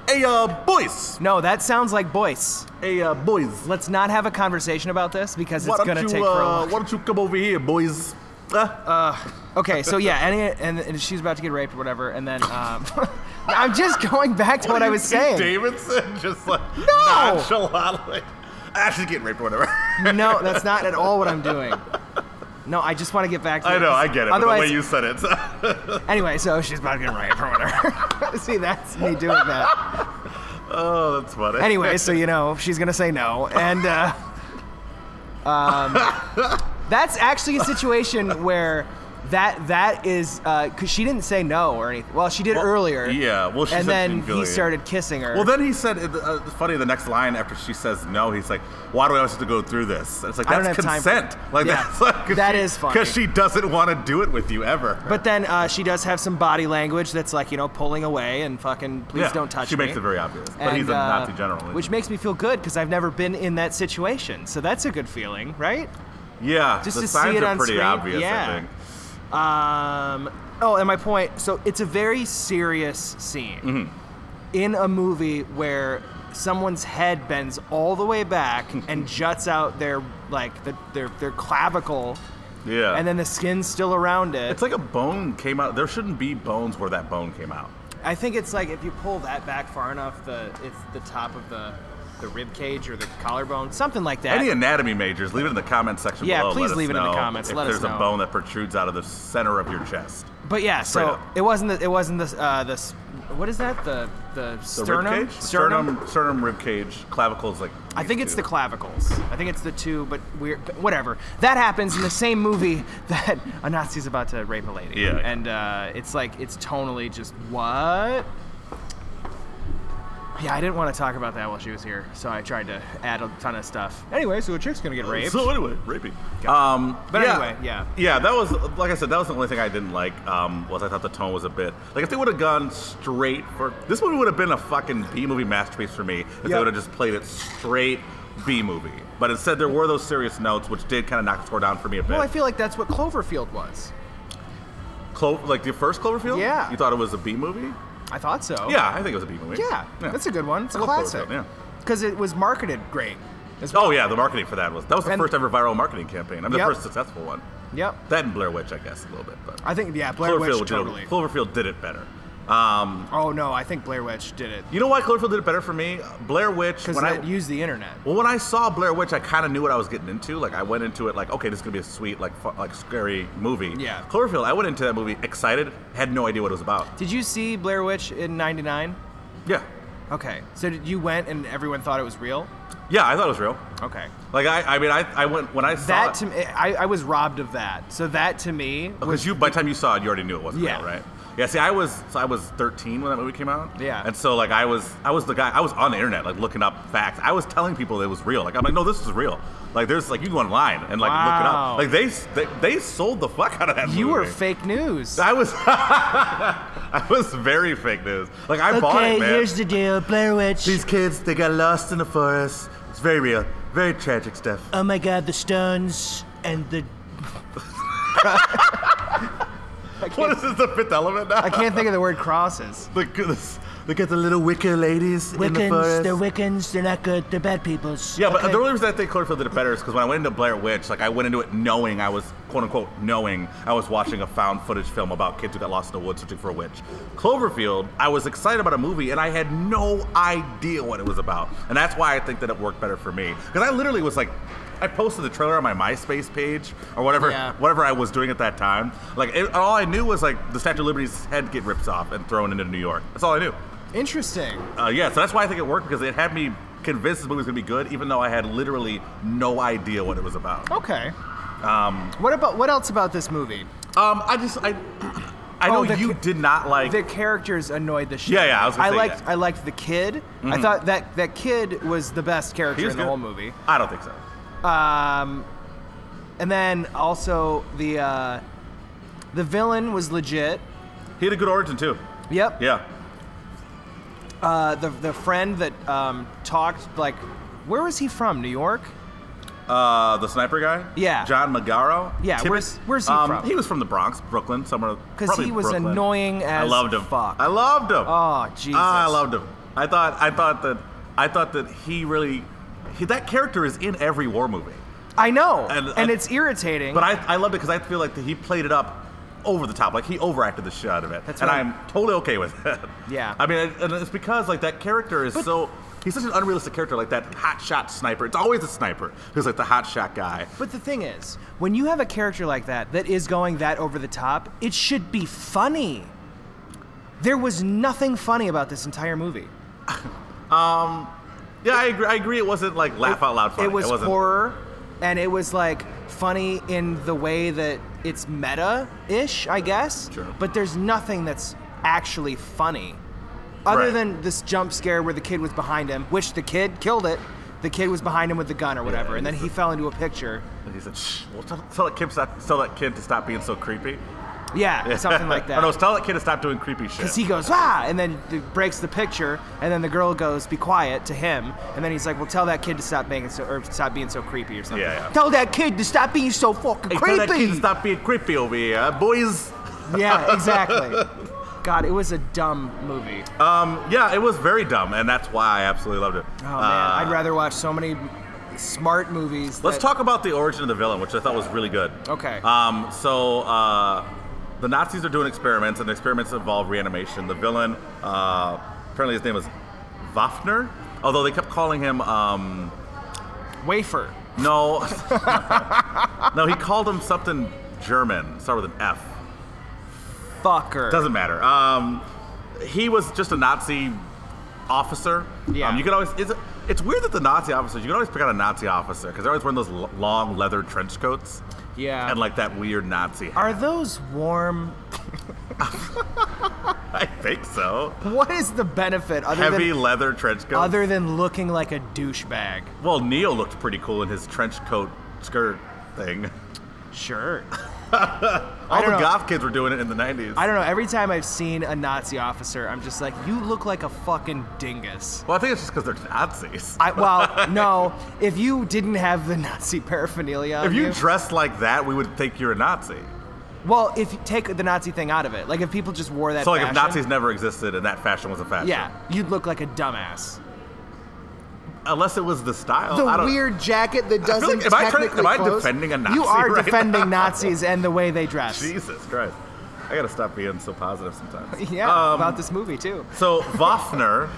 Speaker 1: Hey, uh, boys.
Speaker 2: No, that sounds like Boyce.
Speaker 1: Hey, uh, boys.
Speaker 2: Let's not have a conversation about this because it's
Speaker 1: Why
Speaker 2: gonna
Speaker 1: don't you,
Speaker 2: take for a
Speaker 1: uh,
Speaker 2: long.
Speaker 1: why don't you come over here, boys? Uh,
Speaker 2: Okay,
Speaker 1: [LAUGHS]
Speaker 2: so yeah, any, and, and she's about to get raped or whatever, and then um, [LAUGHS] I'm just going back to what, I
Speaker 1: you
Speaker 2: was
Speaker 1: Pete
Speaker 2: saying.
Speaker 1: Davidson [LAUGHS] just like
Speaker 2: No!
Speaker 1: nonchalantly. Ashley's getting raped or
Speaker 2: [LAUGHS]
Speaker 1: whatever.
Speaker 2: No, that's not at all what I'm doing. No, I just want to get back to.
Speaker 1: I
Speaker 2: it,
Speaker 1: know,
Speaker 2: 'cause
Speaker 1: I get it.
Speaker 2: Otherwise,
Speaker 1: but the way you said it. [LAUGHS]
Speaker 2: anyway, so she's about to get raped or whatever. [LAUGHS] See, that's me doing that.
Speaker 1: oh, that's funny.
Speaker 2: Anyway, so you know she's gonna say no, and uh, um, that's actually a situation where that that is because she didn't say no or anything. Well, she did
Speaker 1: Well,
Speaker 2: earlier.
Speaker 1: yeah, well, she
Speaker 2: and
Speaker 1: said
Speaker 2: then
Speaker 1: she didn't feel
Speaker 2: he
Speaker 1: it.
Speaker 2: started kissing her.
Speaker 1: Well, then he said, uh, it's funny, the next line after she says no, he's like, why do I always have to go through this? And it's like,
Speaker 2: I don't
Speaker 1: that's
Speaker 2: have time for
Speaker 1: consent.
Speaker 2: it.
Speaker 1: Like,
Speaker 2: Yeah.
Speaker 1: that's like,
Speaker 2: That is
Speaker 1: [LAUGHS]
Speaker 2: funny.
Speaker 1: Because she doesn't want to do it with you ever.
Speaker 2: But then uh, she does have some body language that's like, you know, pulling away and fucking, please
Speaker 1: Yeah,
Speaker 2: don't touch
Speaker 1: She
Speaker 2: me.
Speaker 1: makes it very obvious. But he's
Speaker 2: And,
Speaker 1: a
Speaker 2: uh,
Speaker 1: Nazi general. isn't
Speaker 2: Which
Speaker 1: he?
Speaker 2: makes me feel good because I've never been in that situation. So that's a good feeling, right?
Speaker 1: Yeah,
Speaker 2: Just
Speaker 1: the
Speaker 2: to see
Speaker 1: signs
Speaker 2: it
Speaker 1: are
Speaker 2: on
Speaker 1: pretty
Speaker 2: screen?
Speaker 1: obvious.
Speaker 2: Yeah.
Speaker 1: I think.
Speaker 2: Um, oh, and my point. So it's a very serious scene
Speaker 1: Mm-hmm.
Speaker 2: in a movie where someone's head bends all the
Speaker 1: [LAUGHS]
Speaker 2: way back and juts out their like the, their their clavicle,
Speaker 1: Yeah.
Speaker 2: and then the skin's still around it.
Speaker 1: it's like a bone came out. There shouldn't be bones where that bone came out.
Speaker 2: I think it's like if you pull that back far enough, the it's the top of the the rib cage or the collarbone, something like that.
Speaker 1: Any anatomy majors, leave it in the comments section
Speaker 2: Yeah,
Speaker 1: below.
Speaker 2: please
Speaker 1: Let us
Speaker 2: leave it in the
Speaker 1: know
Speaker 2: comments.
Speaker 1: If
Speaker 2: Let us
Speaker 1: there's
Speaker 2: know.
Speaker 1: a bone that protrudes out of the center of your chest.
Speaker 2: But yeah,
Speaker 1: Straight
Speaker 2: so
Speaker 1: up.
Speaker 2: it wasn't the, it wasn't the uh, the s- what is that the the
Speaker 1: The
Speaker 2: sternum
Speaker 1: rib cage?
Speaker 2: sternum.
Speaker 1: sternum, sternum rib cage, clavicle is like.
Speaker 2: I
Speaker 1: these
Speaker 2: think it's
Speaker 1: two.
Speaker 2: the clavicles. I think it's the two, but we're but whatever. That happens in the same movie [LAUGHS] that a Nazi's about to rape a lady.
Speaker 1: Yeah.
Speaker 2: And uh, it's like it's tonally just what? Yeah, I didn't want to talk about that while she was here, so I tried to add a ton of stuff. Anyway, so a chick's gonna get raped.
Speaker 1: Oh, So anyway, raping. Um,
Speaker 2: But anyway, yeah.
Speaker 1: yeah. That was like I said. That was the only thing I didn't like. Um, was I thought the tone was a bit like if they would have gone straight for this movie would have been a fucking B movie masterpiece for me if they
Speaker 2: Yep.
Speaker 1: would have just played it straight B movie. But instead, there were those serious notes, which did kind of knock the score down for me a bit.
Speaker 2: Well, I feel like that's what Cloverfield was.
Speaker 1: Clo- like the first Cloverfield.
Speaker 2: Yeah.
Speaker 1: You thought it was a B movie?
Speaker 2: I thought so.
Speaker 1: Yeah, I think it was a B movie.
Speaker 2: Yeah, that's a good one. It's a
Speaker 1: I love
Speaker 2: classic.
Speaker 1: Cloverfield, yeah.
Speaker 2: Because it was marketed great. As well.
Speaker 1: Oh yeah, the marketing for that was that was the
Speaker 2: And-
Speaker 1: first ever viral marketing campaign. I mean,
Speaker 2: Yep.
Speaker 1: the first successful one.
Speaker 2: Yep.
Speaker 1: That and Blair Witch, I guess, a little bit. But
Speaker 2: I think yeah, Blair
Speaker 1: Cloverfield
Speaker 2: Witch
Speaker 1: did it-
Speaker 2: totally.
Speaker 1: Cloverfield did it better. Um,
Speaker 2: Oh no, I think Blair Witch did it
Speaker 1: you know why Cloverfield did it better for me? Blair Witch.
Speaker 2: because
Speaker 1: When I
Speaker 2: it used the internet.
Speaker 1: well, when I saw Blair Witch, I kind of knew what I was getting into. Like I went into it like, okay, this is gonna be a sweet, like, fu- like scary movie.
Speaker 2: Yeah.
Speaker 1: Cloverfield, I went into that movie excited, had no idea what it was about.
Speaker 2: Did you see Blair Witch in '99?
Speaker 1: Yeah.
Speaker 2: Okay, so did you went and everyone thought it was real.
Speaker 1: Yeah, I thought it was real.
Speaker 2: Okay,
Speaker 1: Like I, I mean, I, I went when I saw
Speaker 2: that
Speaker 1: it-
Speaker 2: to me, I, I was robbed of that. So that to me was
Speaker 1: Because you, by the time you saw it, you already knew it wasn't
Speaker 2: Yeah.
Speaker 1: real, right? Yeah. See, I was so I was 13 when that movie came out.
Speaker 2: Yeah.
Speaker 1: And so like I was I was the guy I was on the internet like looking up facts. I was telling people it was real. Like I'm like, no, this is real. Like there's like you can go online and like
Speaker 2: Wow.
Speaker 1: look it up. Like they they, they sold the fuck out of that.
Speaker 2: you
Speaker 1: movie.
Speaker 2: were fake news.
Speaker 1: I was [LAUGHS] I was very fake news. Like I bought it, man.
Speaker 2: the deal, Blair Witch.
Speaker 1: These kids they got lost in the forest. It's very real, very tragic stuff.
Speaker 2: Oh my God, the stones and the.
Speaker 1: [LAUGHS] what is this? The Fifth Element now?
Speaker 2: I can't think of the word crosses.
Speaker 1: Look at this. Look at the little Wicca ladies in the forest.
Speaker 2: Wiccans, they're not good, they're bad peoples.
Speaker 1: Yeah, but the only reason I think Cloverfield did it better is because when I went into Blair Witch, like I went into it knowing I was quote unquote knowing I was watching a found footage film about kids who got lost in the woods searching for a witch. Cloverfield, I was excited about a movie and I had no idea what it was about, and that's why I think that it worked better for me because I literally was like. I posted the trailer on my MySpace page or whatever
Speaker 2: Yeah.
Speaker 1: whatever I was doing at that time. Like it, all I knew was like the Statue of Liberty's head get ripped off and thrown into New York. That's all I knew.
Speaker 2: Interesting.
Speaker 1: Uh, yeah, so that's why I think it worked because it had me convinced this movie was gonna be good, even though I had literally no idea what it was about.
Speaker 2: Okay. Um, what about what else about this movie?
Speaker 1: Um, I just I [CLEARS THROAT] I know
Speaker 2: Oh, the
Speaker 1: you
Speaker 2: ca-
Speaker 1: did not like.
Speaker 2: The characters annoyed the shit.
Speaker 1: Yeah, yeah, I was gonna
Speaker 2: I
Speaker 1: say
Speaker 2: liked
Speaker 1: that. Mm-hmm.
Speaker 2: I liked the kid. I thought that that kid was the best character
Speaker 1: He was
Speaker 2: in the
Speaker 1: good.
Speaker 2: whole movie.
Speaker 1: I don't think so.
Speaker 2: Um, and then also the uh, the villain was legit.
Speaker 1: He had a good origin too.
Speaker 2: Yep.
Speaker 1: Yeah.
Speaker 2: Uh, the the friend that um, talked like, where was he from? New York.
Speaker 1: Uh, the sniper guy.
Speaker 2: Yeah.
Speaker 1: John Magaro.
Speaker 2: Yeah, where's- where's he
Speaker 1: um,
Speaker 2: from?
Speaker 1: He was from the Bronx, Brooklyn, somewhere.
Speaker 2: Because
Speaker 1: probably
Speaker 2: he was
Speaker 1: Brooklyn.
Speaker 2: annoying as
Speaker 1: I loved him.
Speaker 2: fuck.
Speaker 1: I loved him.
Speaker 2: Oh Jesus.
Speaker 1: Ah, I loved him. I thought I thought that I thought that he really he, that character is in every war movie.
Speaker 2: I know, and,
Speaker 1: And-
Speaker 2: it's irritating.
Speaker 1: But I, I loved it because I feel like that he played it up over the top. Like he overacted the shit out of it.
Speaker 2: That's
Speaker 1: and
Speaker 2: right.
Speaker 1: I'm totally okay with it. [LAUGHS]
Speaker 2: Yeah.
Speaker 1: I mean, and it's because like that character is so. He's such an unrealistic character, like that hot shot sniper. It's always a sniper who's like the hot shot guy.
Speaker 2: But the thing is, when you have a character like that that is going that over the top, it should be funny. There was nothing funny about this entire movie.
Speaker 1: Yeah, I agree. I agree. It wasn't like laugh out loud funny.
Speaker 2: It was
Speaker 1: wasn't,
Speaker 2: horror, and it was like funny in the way that it's meta ish, I guess.
Speaker 1: Sure.
Speaker 2: But there's nothing that's actually funny other
Speaker 1: Right.
Speaker 2: than this jump scare where the kid was behind him, which the kid killed it. The kid was behind him with the gun or whatever, and then he fell into a picture.
Speaker 1: And he said, "Shh, we'll tell, tell that kid stop, tell that kid to stop being so creepy." [LAUGHS]
Speaker 2: Yeah, something like that.
Speaker 1: I know. Tell that kid to stop doing creepy shit.
Speaker 2: Because he goes, ah, and then d- breaks the picture, and then the girl goes, be quiet to him, and then he's like, well, tell that kid to stop making so, or stop being so creepy or something.
Speaker 1: Yeah, yeah.
Speaker 2: Tell that kid to stop being so fucking
Speaker 1: Hey,
Speaker 2: creepy.
Speaker 1: tell that kid to stop being creepy over here, huh, boys. [LAUGHS]
Speaker 2: Yeah, exactly. God, it was a dumb movie. Oh
Speaker 1: Um, yeah, it was very dumb, and that's why I absolutely loved it.
Speaker 2: man,
Speaker 1: Uh,
Speaker 2: I'd rather watch so many smart movies.
Speaker 1: Let's
Speaker 2: that-
Speaker 1: talk about the origin of the villain, which I thought was really good.
Speaker 2: Okay.
Speaker 1: Um, so uh, the Nazis are doing experiments, and the experiments involve reanimation. The villain, uh, apparently his name was Waffner, although they kept calling him. Um,
Speaker 2: Wafer.
Speaker 1: no, [LAUGHS] no, he called him something German, start with an F.
Speaker 2: Fucker.
Speaker 1: Doesn't matter. Um, he was just a Nazi officer.
Speaker 2: Yeah.
Speaker 1: Um, you could always. It's, it's weird that the Nazi officers. You can always pick out a Nazi officer because they're always wearing those l- long leather trench coats
Speaker 2: yeah.
Speaker 1: and like that weird Nazi. Hat. [LAUGHS]
Speaker 2: Are those warm?
Speaker 1: I think so.
Speaker 2: What is the benefit other
Speaker 1: Heavy
Speaker 2: than
Speaker 1: leather trench coat.
Speaker 2: other than looking like a douchebag?
Speaker 1: well, Neo looked pretty cool in his trench coat skirt thing.
Speaker 2: Sure.
Speaker 1: All the
Speaker 2: don't know.
Speaker 1: goth kids were doing it in the '90s.
Speaker 2: [LAUGHS] I don't know. Every time I've seen a Nazi officer, I'm just like, you look like a fucking dingus.
Speaker 1: well, I think it's just because they're Nazis. [LAUGHS]
Speaker 2: I, well, no. If you didn't have the Nazi paraphernalia, on
Speaker 1: if you dressed like that, we would think you're a Nazi.
Speaker 2: well, if you take the Nazi thing out of it, like if people just wore that,
Speaker 1: So, like, if
Speaker 2: fashion,
Speaker 1: Nazis never existed and that fashion was a fashion,
Speaker 2: yeah, you'd look like a dumbass.
Speaker 1: unless it was the style.
Speaker 9: The
Speaker 1: I don't,
Speaker 9: weird jacket that
Speaker 1: I feel
Speaker 9: doesn't
Speaker 1: like- am I trying-
Speaker 9: technically
Speaker 1: am I
Speaker 9: close.
Speaker 1: defending a Nazi?
Speaker 2: you are
Speaker 1: right
Speaker 2: defending
Speaker 1: now?
Speaker 2: Nazis and the way they dress.
Speaker 1: Jesus Christ! I gotta stop being so positive sometimes.
Speaker 2: [LAUGHS] Yeah,
Speaker 1: Um,
Speaker 2: about this movie too.
Speaker 1: So Waffner,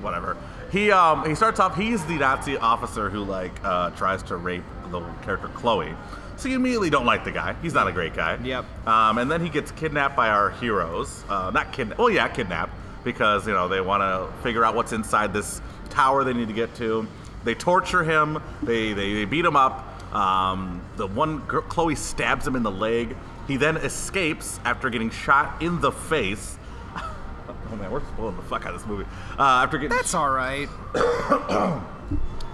Speaker 1: whatever. He um he starts off. He's the Nazi officer who like uh, tries to rape the character Chloe. So you immediately don't like the guy. He's not a great guy.
Speaker 2: Yep.
Speaker 1: Um, and then he gets kidnapped by our heroes. Uh, not kidnapped. Well, yeah, kidnapped because you know they want to figure out what's inside this tower they need to get to. They torture him. They they, they beat him up. Um, the one girl, Chloe stabs him in the leg. He then escapes after getting shot in the face. Oh man, we're spoiling the fuck out of this movie. Uh, after getting
Speaker 2: That's all right.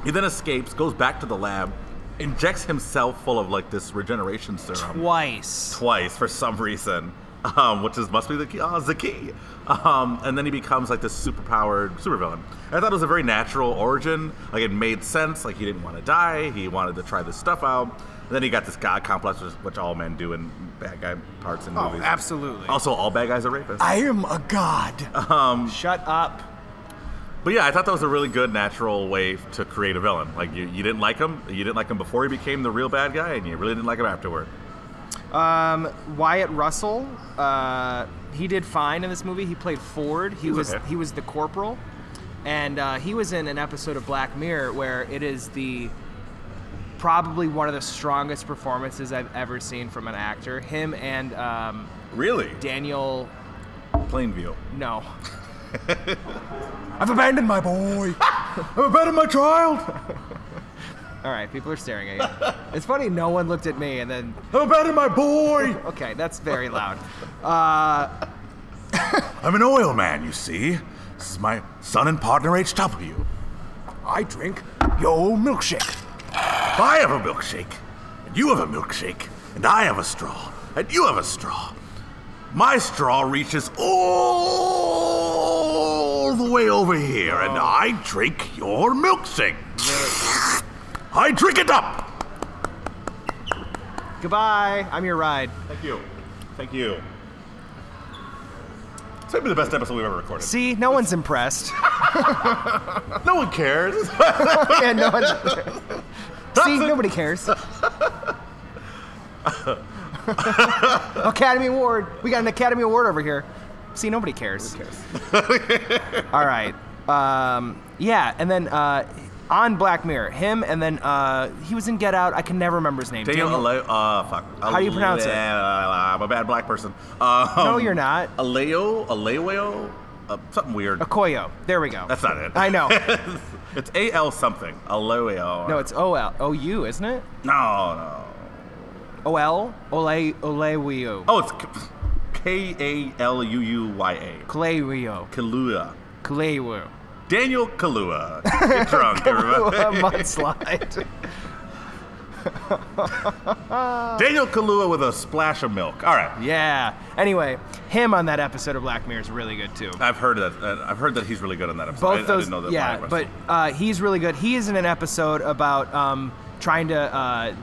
Speaker 1: he then escapes, goes back to the lab, injects himself full of like this regeneration serum
Speaker 2: Twice.
Speaker 1: twice for some reason, um, which is must be the key. Oh, it's the key. Um, and then he becomes like this superpowered supervillain. And I thought it was a very natural origin. Like it made sense. Like he didn't want to die. He wanted to try this stuff out. And then he got this god complex, which, which all men do in bad guy parts in
Speaker 2: Oh,
Speaker 1: movies.
Speaker 2: absolutely.
Speaker 1: Also, all bad guys are rapists.
Speaker 3: I am a god.
Speaker 2: Shut up.
Speaker 1: But yeah, I thought that was a really good natural way f- to create a villain. Like you, you didn't like him, you didn't like him before he became the real bad guy, and you really didn't like him afterward.
Speaker 2: Um, Wyatt Russell, uh, he did fine in this movie. He played Ford. He
Speaker 1: was
Speaker 2: was
Speaker 1: okay.
Speaker 2: he was the corporal, and uh, he was in an episode of Black Mirror where it is the probably one of the strongest performances I've ever seen from an actor. Him and um,
Speaker 1: Really,
Speaker 2: Daniel,
Speaker 1: Plainview.
Speaker 2: no, [LAUGHS]
Speaker 3: I've abandoned my
Speaker 4: [LAUGHS]
Speaker 3: boy. I've abandoned my child.
Speaker 2: all right, people are
Speaker 1: [LAUGHS]
Speaker 2: staring at you. it's funny, no one looked at me, and then
Speaker 3: I've abandoned my boy.
Speaker 2: okay, that's very loud.
Speaker 1: I'm an oil man, you see. This is my son and partner HW.
Speaker 3: I drink your milkshake.
Speaker 1: I have a milkshake, and you have a milkshake, and I have a straw, and you have a straw. My straw reaches all the way over here, and I drink your milkshake. I drink it up.
Speaker 2: Goodbye. I'm your ride.
Speaker 1: Thank you. Thank you. It's maybe the best episode we've ever recorded.
Speaker 2: See, no one's impressed. [LAUGHS]
Speaker 1: no one cares. [LAUGHS]
Speaker 2: [LAUGHS] yeah, no one's. See, nobody cares. [LAUGHS] Academy Award. We got an Academy Award over here. See, nobody cares. [LAUGHS]
Speaker 1: [LAUGHS]
Speaker 2: All right. Um, yeah, and then uh, on Black Mirror, him, and then uh, he was in Get Out. I can never remember his name.
Speaker 1: Daniel Aleo.
Speaker 2: Daniel-
Speaker 1: Uh, fuck.
Speaker 2: How do you pronounce it?
Speaker 1: I'm a bad black person. Um,
Speaker 2: No, you're not.
Speaker 1: Aleo? Aleo? Uh, something weird.
Speaker 2: Okoyo. There we go.
Speaker 1: That's not it.
Speaker 2: I know.
Speaker 1: [LAUGHS] it's A L something. Aleo.
Speaker 2: no, it's O L O U, isn't it?
Speaker 1: No, no.
Speaker 2: O L Ole Olewio.
Speaker 1: Oh, it's K A L U U Y A.
Speaker 2: Kalewio.
Speaker 1: Kahlua. [LAUGHS]
Speaker 2: [LAUGHS] Kalewio. [LAUGHS]
Speaker 1: Daniel Kahlua. Get drunk, everybody.
Speaker 2: mudslide.
Speaker 1: Daniel Kalua with a splash of milk. All right.
Speaker 2: Yeah. Anyway, him on that episode of Black Mirror is really good too.
Speaker 1: I've heard that. uh, I've heard that he's really good on that episode. I-
Speaker 2: Both
Speaker 1: I,
Speaker 2: those,
Speaker 1: didn't know that.
Speaker 2: yeah.
Speaker 1: Wyatt
Speaker 2: But
Speaker 1: Russell-
Speaker 2: uh, he's really good. He is in an episode about um, trying to uh,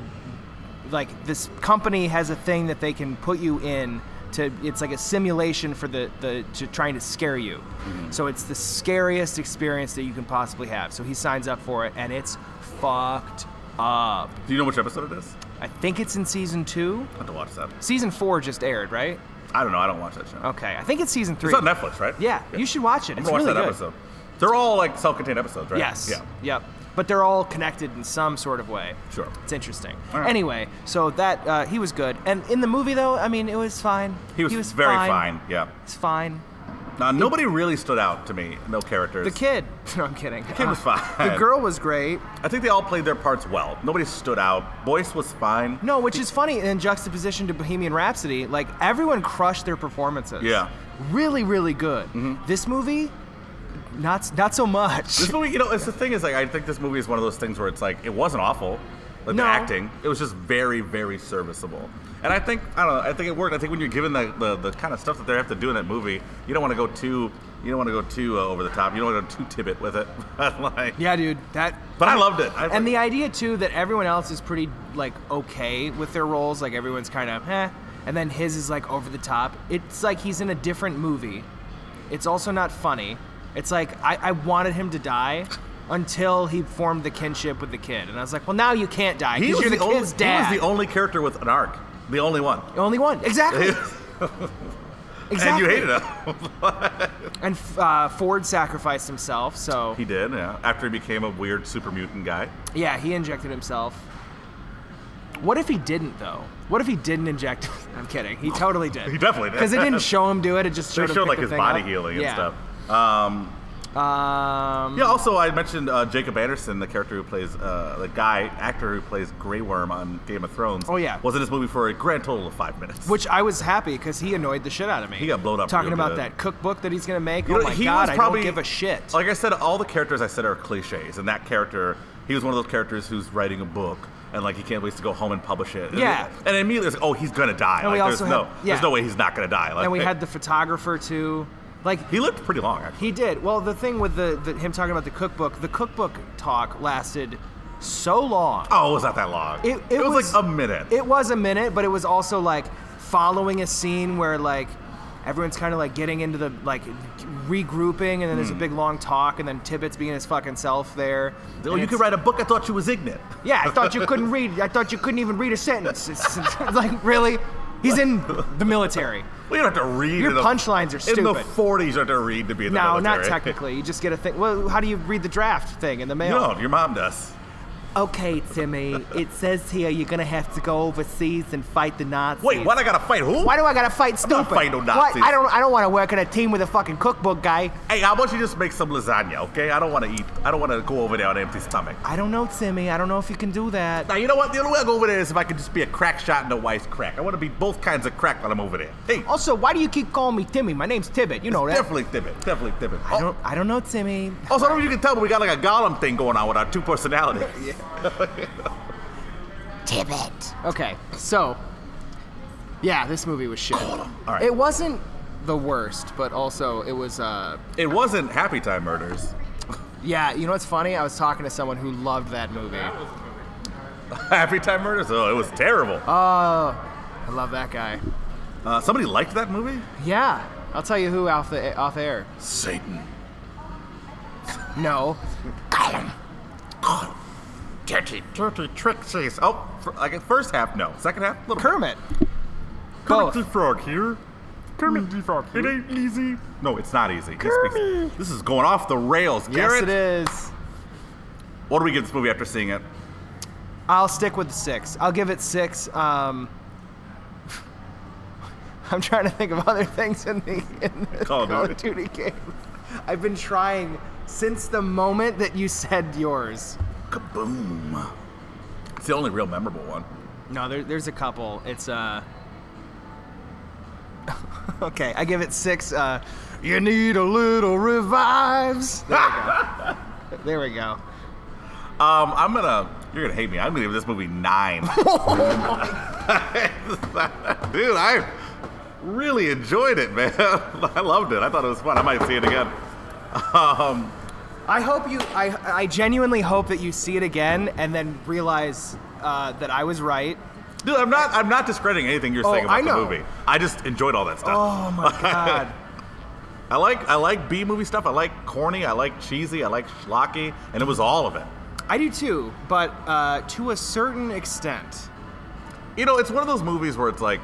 Speaker 2: like this company has a thing that they can put you in to. It's like a simulation for the the to trying to scare you.
Speaker 1: Mm-hmm.
Speaker 2: So it's the scariest experience that you can possibly have. So he signs up for it, and it's fucked up.
Speaker 1: do you know which episode it is?
Speaker 2: I think it's in season two.
Speaker 1: I have to watch that.
Speaker 2: Season four just aired, right?
Speaker 1: I don't know. I don't watch that show.
Speaker 2: Okay, I think it's season three.
Speaker 1: It's on Netflix, right?
Speaker 2: Yeah, you should watch it.
Speaker 1: I'm
Speaker 2: It's
Speaker 1: gonna watch
Speaker 2: really
Speaker 1: that
Speaker 2: good.
Speaker 1: episode. They're all like self-contained episodes, right?
Speaker 2: Yes.
Speaker 1: Yeah.
Speaker 2: Yep. But they're all connected in some sort of way.
Speaker 1: Sure.
Speaker 2: It's interesting.
Speaker 1: All right.
Speaker 2: Anyway, so that uh, he was good, and in the movie though, I mean, it was fine.
Speaker 1: He was, very fine. Yeah.
Speaker 2: It's fine.
Speaker 1: Now nobody really stood out to me. No characters.
Speaker 2: The kid. [LAUGHS] No, I'm kidding. The
Speaker 1: kid was fine.
Speaker 2: The girl was great.
Speaker 1: I think they all played their parts well. Nobody stood out. Boyce was fine.
Speaker 2: No, which is funny in juxtaposition to Bohemian Rhapsody. Like everyone crushed their performances.
Speaker 1: Yeah. Mm-hmm.
Speaker 2: Really, really good. This movie, not not so much.
Speaker 1: This movie, you know, it's the thing is like I think this movie is one of those things where it's like it wasn't awful, like
Speaker 2: No.
Speaker 1: the acting. It was just very, very serviceable. And I think I don't know. I think it worked. I think when you're given the, the, the kind of stuff that they have to do in that movie, you don't want to go too you don't want to go too uh, over the top. You don't want to go too Tibbet with it. [LAUGHS] like,
Speaker 2: Yeah, dude. That.
Speaker 1: But I loved it. I
Speaker 2: and
Speaker 1: like-
Speaker 2: the idea too that everyone else is pretty like okay with their roles. Like everyone's kind of eh, and then his is like over the top. It's like he's in a different movie. It's also not funny. It's like I, I wanted him to die until he formed the kinship with the kid, and I was like, well, now you can't die
Speaker 1: he
Speaker 2: because
Speaker 1: was
Speaker 2: you're the,
Speaker 1: the, only,
Speaker 2: kid's
Speaker 1: he
Speaker 2: dad.
Speaker 1: was the only character with an arc. The only one.
Speaker 2: Only
Speaker 1: [LAUGHS]
Speaker 2: one, exactly. exactly.
Speaker 1: And you hated him. [LAUGHS]
Speaker 2: And uh, Ford sacrificed himself, so
Speaker 1: he did, yeah. After he became a weird super mutant guy.
Speaker 2: Yeah, he injected himself. What if he didn't though? What if he didn't inject? [LAUGHS] I'm kidding. He totally did.
Speaker 1: [LAUGHS] He definitely did.
Speaker 2: Because it didn't show him do it. It just
Speaker 1: They
Speaker 2: showed him
Speaker 1: showed
Speaker 2: pick
Speaker 1: like
Speaker 2: the
Speaker 1: his
Speaker 2: thing
Speaker 1: body
Speaker 2: up.
Speaker 1: healing
Speaker 2: Yeah.
Speaker 1: and stuff. Um,
Speaker 2: Um,
Speaker 1: Yeah. Also, I mentioned uh, Jacob Anderson, the character who plays uh, the guy actor who plays Grey Worm on Game of Thrones.
Speaker 2: Oh, yeah.
Speaker 1: was in this movie for a grand total of five minutes.
Speaker 2: Which I was happy because he annoyed the shit out of me.
Speaker 1: He got blown up
Speaker 2: Talking
Speaker 1: real
Speaker 2: about
Speaker 1: good.
Speaker 2: that cookbook that he's gonna make.
Speaker 1: You
Speaker 2: oh
Speaker 1: know,
Speaker 2: my
Speaker 1: he
Speaker 2: god,
Speaker 1: was probably
Speaker 2: I don't give a shit.
Speaker 1: Like I said, all the characters I said are cliches, and that character, he was one of those characters who's writing a book. And like he can't wait to go home and publish it. And-
Speaker 2: Yeah.
Speaker 1: And, immediately, it's like, oh, he's gonna die.
Speaker 2: And we
Speaker 1: like, there's
Speaker 2: also
Speaker 1: no,
Speaker 2: had- yeah.
Speaker 1: there's no way he's not gonna die. Like,
Speaker 2: and we had the photographer too. Like
Speaker 1: he lived pretty long actually.
Speaker 2: He did. Well, the thing with the, the him talking about the cookbook, the cookbook talk lasted so long.
Speaker 1: oh, it was not that long.
Speaker 2: It- it
Speaker 1: was,
Speaker 2: was-
Speaker 1: like a minute.
Speaker 2: It was a minute, but it was also like following a scene where like everyone's kind of like getting into the like regrouping, and then
Speaker 1: Hmm.
Speaker 2: there's a big long talk, and then Tibbetts being his fucking self there.
Speaker 1: oh,
Speaker 2: and
Speaker 1: you
Speaker 2: it's-
Speaker 1: could write a book. I thought you was ignorant.
Speaker 2: [LAUGHS] Yeah, I thought you couldn't read. I thought you couldn't even read a sentence. It's, it's like really, he's in the military.
Speaker 1: We don't have to read.
Speaker 2: Your
Speaker 1: in the-
Speaker 2: punchlines are
Speaker 1: In the
Speaker 2: stupid.
Speaker 1: 40s, you have to read to be in [LAUGHS] the
Speaker 2: No,
Speaker 1: military.
Speaker 2: not technically. You just get a thing. Well, how do you read the draft thing in the mail?
Speaker 1: No, your mom does.
Speaker 2: Okay, Timmy. it says here you're gonna have to go overseas and fight the Nazis.
Speaker 1: Wait, what? I gotta fight who?
Speaker 2: Why do I gotta fight
Speaker 1: I'm not
Speaker 2: stupid?
Speaker 1: fighting no Nazis.
Speaker 2: Why- I don't. I don't want to work on a team with a fucking cookbook guy.
Speaker 1: Hey, how about you just make some lasagna, okay? I don't want to eat. I don't want to go over there on an empty stomach.
Speaker 2: I don't know, Timmy. I don't know if you can do that.
Speaker 1: Now you know what? The only way I go over there is if I could just be a crack shot and a wise crack. I want to be both kinds of crack while I'm over there. Hey,
Speaker 2: Also, why do you keep calling me Timmy? My name's Tibbet. You Oh, know that.
Speaker 1: definitely Tibbet, definitely Tibbet.
Speaker 2: I don't. I don't know, Timmy.
Speaker 1: Also, I don't know if you can tell, but we got like a golem thing going on with our two
Speaker 2: [LAUGHS]
Speaker 1: personalities.
Speaker 7: Tibbet.
Speaker 2: Okay, so yeah, this movie was shit.
Speaker 1: All right.
Speaker 2: It wasn't the worst, but also it was. uh
Speaker 1: It wasn't Happy Time Murders.
Speaker 2: Yeah, you know what's funny? I was talking to someone who loved that movie.
Speaker 1: Happy Time Murders? Oh, it was terrible.
Speaker 2: Uh, I love that guy.
Speaker 1: Uh, somebody liked that movie?
Speaker 2: Yeah, I'll tell you who off the off air.
Speaker 1: Satan.
Speaker 2: No,
Speaker 7: Gollum. Gollum. Dirty.
Speaker 1: Dirty Trixie's. Oh, fir- like first half, no. Second half, little
Speaker 2: Kermit.
Speaker 1: Kermit
Speaker 2: Both.
Speaker 1: the Frog here. Kermit the Frog It ain't easy. No, it's not easy. He speaks- This is going off the rails,
Speaker 2: Yes,
Speaker 1: Garrett.
Speaker 2: it is.
Speaker 1: What do we give this movie after seeing it?
Speaker 2: I'll stick with six. I'll give it six. Um, [LAUGHS] I'm trying to think of other things in the in the
Speaker 1: Call
Speaker 2: Call,
Speaker 1: of
Speaker 2: of Duty game. I've been trying since the moment that you said yours.
Speaker 1: Kaboom. It's the only real memorable one.
Speaker 2: No, there, there's a couple. It's uh. [LAUGHS] okay, I give it six. Uh, you need a little revives. There we go. there we go.
Speaker 1: Um, I'm gonna. You're gonna hate me. I'm gonna give this movie
Speaker 2: [LAUGHS]
Speaker 1: nine. [LAUGHS] Dude, I really enjoyed it, man. [LAUGHS] I loved it. I thought it was fun. I might see it again. Um,
Speaker 2: I hope you. I, I genuinely hope that you see it again and then realize uh, that I was right.
Speaker 1: dude, I'm not. I'm not discrediting anything you're
Speaker 2: Oh,
Speaker 1: saying about
Speaker 2: I know.
Speaker 1: the movie. I just enjoyed all that stuff.
Speaker 2: Oh my god. Oh.
Speaker 1: I like. I like B movie stuff. I like corny. I like cheesy. I like schlocky, and it was all of it.
Speaker 2: I do too, but uh, to a certain extent.
Speaker 1: You know, it's one of those movies where it's like,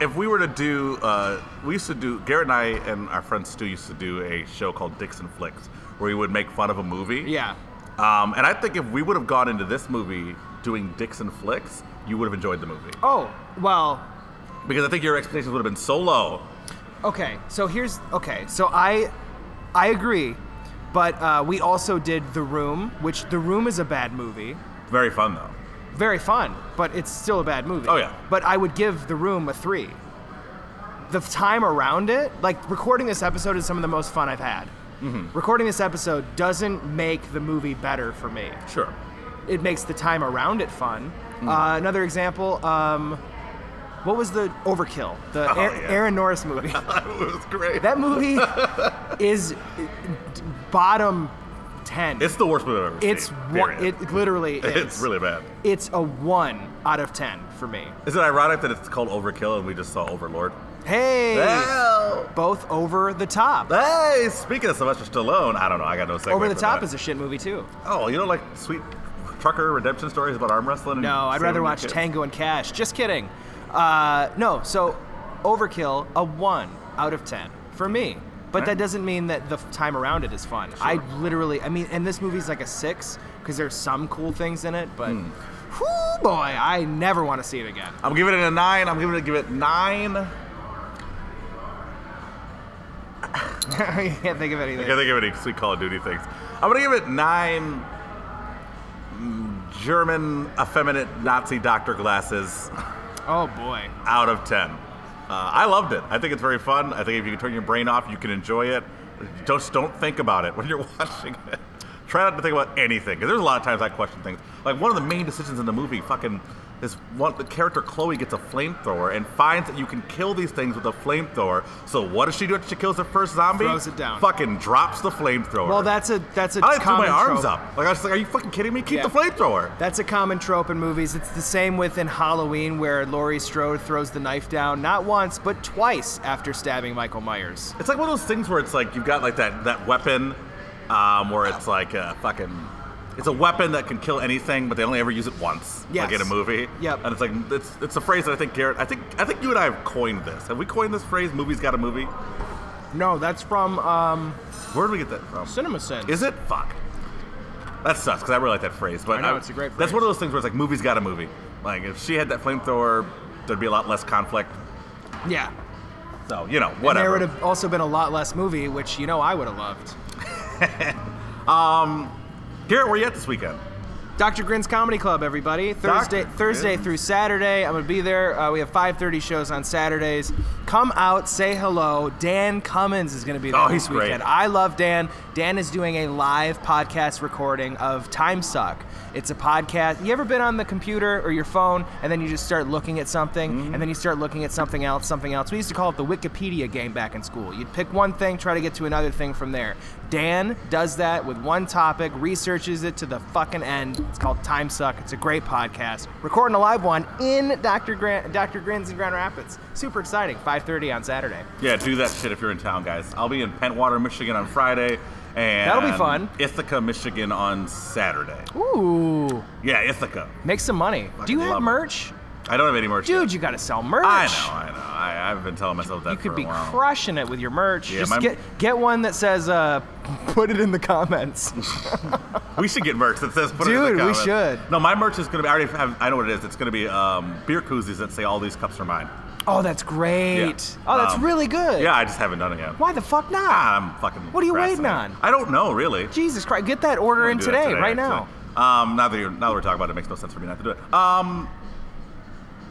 Speaker 1: if we were to do, uh, we used to do, Garrett and I and our friend Stu used to do a show called Dixon Flicks, where we would make fun of a movie.
Speaker 2: Yeah.
Speaker 1: Um, and I think if we would have gone into this movie doing Dixon Flicks, you would have enjoyed the movie.
Speaker 2: Oh, well,
Speaker 1: Because I think your expectations would have been so low.
Speaker 2: Okay, so here's okay. So I, I agree, but uh, we also did The Room, which The Room is a bad movie,
Speaker 1: Very fun, though.
Speaker 2: very fun, but it's still a bad movie.
Speaker 1: Oh, yeah.
Speaker 2: But I would give The Room a three. The time around it, like recording this episode, is some of the most fun I've had.
Speaker 1: Mm-hmm.
Speaker 2: Recording this episode doesn't make the movie better for me.
Speaker 1: Sure.
Speaker 2: It makes the time around it fun.
Speaker 1: Hmm.
Speaker 2: Uh, another example, um, what was the Overkill, the
Speaker 1: Oh,
Speaker 2: Aaron-
Speaker 1: yeah.
Speaker 2: Aaron
Speaker 1: [LAUGHS]
Speaker 2: Norris movie?
Speaker 1: [LAUGHS] it was great.
Speaker 2: That movie is bottom ten.
Speaker 1: it's the worst movie I've ever
Speaker 2: it's
Speaker 1: seen.
Speaker 2: one.
Speaker 1: period.
Speaker 2: It literally is.
Speaker 1: [LAUGHS] it's really bad.
Speaker 2: It's a one out of ten for me.
Speaker 1: Is it ironic that it's called Overkill and we just saw Overlord?
Speaker 2: Hey,
Speaker 1: Well,
Speaker 2: both over the top.
Speaker 1: Hey, speaking of Sylvester Stallone, I don't know. I got no segue
Speaker 2: Over the
Speaker 1: for
Speaker 2: top
Speaker 1: that.
Speaker 2: is a shit movie too.
Speaker 1: Oh, you don't like sweet trucker redemption stories about arm wrestling? and
Speaker 2: No, I'd
Speaker 1: saving
Speaker 2: rather
Speaker 1: your
Speaker 2: watch
Speaker 1: kids?
Speaker 2: Tango and Cash. Just kidding. Uh, no, so Overkill a one out of ten for me. But that
Speaker 1: Alright.
Speaker 2: doesn't mean that the f- time around it is fun. I literally, I mean, and this movie's like a six because there's some cool things in it, but
Speaker 1: Hmm.
Speaker 2: whew, boy, I never want to see it again. [LAUGHS]
Speaker 1: I'm giving it a nine. I'm giving it give it nine. I
Speaker 2: I can't think of anything.
Speaker 1: can't think of any sweet Call of Duty things. I'm gonna give it nine. mm, German effeminate Nazi doctor glasses
Speaker 2: Oh boy.
Speaker 1: out of ten. Uh, I loved it. I think it's very fun. I think if you can turn your brain off, you can enjoy it. Just don't think about it when [LAUGHS] you're watching it. Try not to think about anything because there's a lot of times I question things. Like one of the main decisions in the movie, fucking this one, the character Chloe gets a flamethrower and finds that you can kill these things with a flamethrower. So what does she do after she kills the first zombie?
Speaker 2: Throws it down.
Speaker 1: Fucking drops the flamethrower.
Speaker 2: Well, that's a that's a
Speaker 1: I like threw
Speaker 2: common
Speaker 1: my arms
Speaker 2: trope.
Speaker 1: up. Like I was like, are you fucking kidding me? Keep
Speaker 2: Yeah.
Speaker 1: the flamethrower.
Speaker 2: That's a common trope in movies. It's the same with in Halloween where Laurie Strode throws the knife down not once but twice after stabbing Michael Myers.
Speaker 1: It's like one of those things where it's like you've got like that that weapon, um, where it's like a fucking, it's a weapon that can kill anything, but they only ever use it once,
Speaker 2: Yes.
Speaker 1: like in a movie.
Speaker 2: Yep.
Speaker 1: And it's like it's it's a phrase that I think Garrett, I think I think you and I have coined this. Have we coined this phrase? Movies got a movie.
Speaker 2: No, that's from um,
Speaker 1: Where did we get that from?
Speaker 2: CinemaSins.
Speaker 1: Is it? Fuck. That sucks because I really like that phrase. But
Speaker 2: I know, it's a great
Speaker 1: That's
Speaker 2: phrase.
Speaker 1: one of those things where it's like movies got a movie. Like if she had that flamethrower, there'd be a lot less conflict.
Speaker 2: Yeah.
Speaker 1: So you know
Speaker 2: And
Speaker 1: whatever.
Speaker 2: there would have also been a lot less movie, which you know I would have loved.
Speaker 1: Garrett, where you at this weekend?
Speaker 2: Dr. Grin's Comedy Club, everybody. Thursday,
Speaker 1: Dr.
Speaker 2: Thursday
Speaker 1: Grin's.
Speaker 2: through Saturday. I'm gonna be there. Uh, we have 5:30 shows on Saturdays. Come out, say hello. Dan Cummins is gonna be there
Speaker 1: Oh,
Speaker 2: this
Speaker 1: he's great.
Speaker 2: weekend. I love Dan. Dan is doing a live podcast recording of Time Suck. It's a podcast. You ever been on the computer or your phone, and then you just start looking at something, and then you start looking at something else, something else. We used to call it the Wikipedia game back in school. You'd pick one thing, try to get to another thing from there. Dan does that with one topic, researches it to the fucking end. It's called Time Suck. It's a great podcast. Recording a live one in Dr. Grant, Dr. Grins in Grand Rapids. Super exciting. 5:30 on Saturday.
Speaker 1: Yeah, do that shit if you're in town, guys. I'll be in Pentwater, Michigan on Friday, and
Speaker 2: That'll be fun.
Speaker 1: Ithaca, Michigan on Saturday.
Speaker 2: Ooh.
Speaker 1: Yeah, Ithaca.
Speaker 2: Make some money. Do you
Speaker 1: love
Speaker 2: have
Speaker 1: it.
Speaker 2: merch?
Speaker 1: I don't have any merch.
Speaker 2: Dude, you gotta sell merch.
Speaker 1: I know, I know. I, I've been telling myself that
Speaker 2: You could
Speaker 1: for
Speaker 2: be
Speaker 1: a while.
Speaker 2: crushing it with your merch.
Speaker 1: Yeah,
Speaker 2: Just
Speaker 1: my-
Speaker 2: get get one that says uh, [LAUGHS] put it in
Speaker 1: [LAUGHS]
Speaker 2: the comments.
Speaker 1: we should get merch that says. Put it in the
Speaker 2: Dude, we
Speaker 1: comments.
Speaker 2: should.
Speaker 1: No, my merch is gonna be. I already have. I know what it is. It's gonna be um, beer koozies that say all these cups are mine.
Speaker 2: oh, that's great.
Speaker 1: Yeah.
Speaker 2: Oh, that's
Speaker 1: Um,
Speaker 2: really good.
Speaker 1: Yeah, I just haven't done it yet.
Speaker 2: Why the fuck not?
Speaker 1: Ah, I'm fucking.
Speaker 2: What are you waiting
Speaker 1: procrastinating.
Speaker 2: on?
Speaker 1: I don't know, really.
Speaker 2: Jesus Christ, get that order in
Speaker 1: do that
Speaker 2: today, right now.
Speaker 1: actually. Um, now that you're, now that we're talking about it, it makes no sense for me not to do it. Um,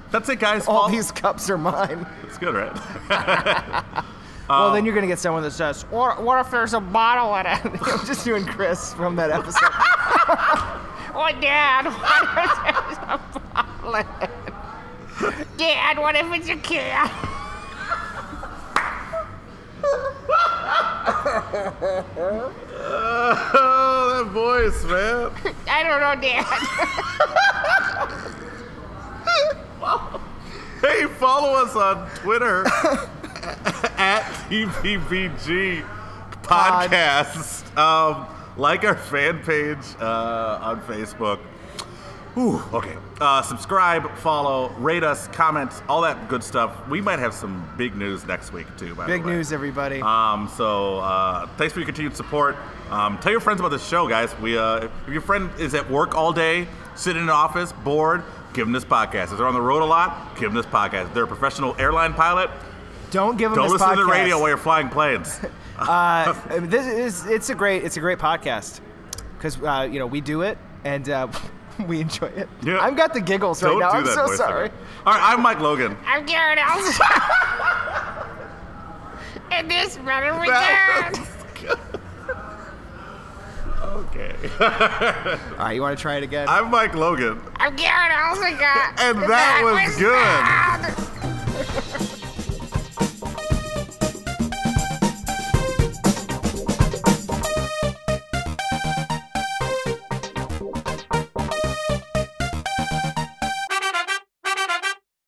Speaker 1: that's it, guys.
Speaker 2: All
Speaker 1: Follow-
Speaker 2: these [LAUGHS] cups are mine.
Speaker 1: It's good, right? [LAUGHS]
Speaker 2: well,
Speaker 1: um,
Speaker 2: then you're gonna get someone that says, [LAUGHS]
Speaker 1: [LAUGHS]
Speaker 2: "Or what if there's a bottle in it?" I'm just doing Chris from that episode.
Speaker 7: Oh, Dad, [LAUGHS] what if there's a problem? Dad, what if it's a cat?
Speaker 1: Oh, that voice, man.
Speaker 7: I don't know, Dad.
Speaker 1: Hey, follow us on Twitter [LAUGHS] at TPBG Podcasts. Um, like our fan page uh, on Facebook. Whew, okay. Uh, subscribe, follow, rate us, comment, all that good stuff. We might have some big news next week, too, by
Speaker 2: Big
Speaker 1: the way.
Speaker 2: news, everybody.
Speaker 1: Um, so uh, thanks for your continued support. Um, tell your friends about this show, guys. We uh, if your friend is at work all day, sitting in an office, bored, give them this podcast. If they're on the road a lot, give them this podcast. If they're a professional airline pilot,
Speaker 2: don't give them
Speaker 1: don't
Speaker 2: this
Speaker 1: listen
Speaker 2: podcast.
Speaker 1: to the radio while you're flying
Speaker 2: [LAUGHS]
Speaker 1: planes.
Speaker 2: uh, this is it's a great it's a great podcast because uh, you know we do it and uh, [LAUGHS] we enjoy it.
Speaker 1: Yeah.
Speaker 2: I've got the giggles
Speaker 1: Don't
Speaker 2: right now.
Speaker 1: do
Speaker 2: I'm
Speaker 1: that
Speaker 2: so
Speaker 1: voiceover.
Speaker 2: sorry.
Speaker 1: All right, I'm Mike Logan.
Speaker 7: I'm Garrett Ellis. [LAUGHS] and this brother we got.
Speaker 1: okay. [LAUGHS]
Speaker 2: All right, you want to try it again?
Speaker 1: I'm Mike Logan.
Speaker 7: oh I'm Garrett Ellis.
Speaker 1: And that was good.
Speaker 7: good.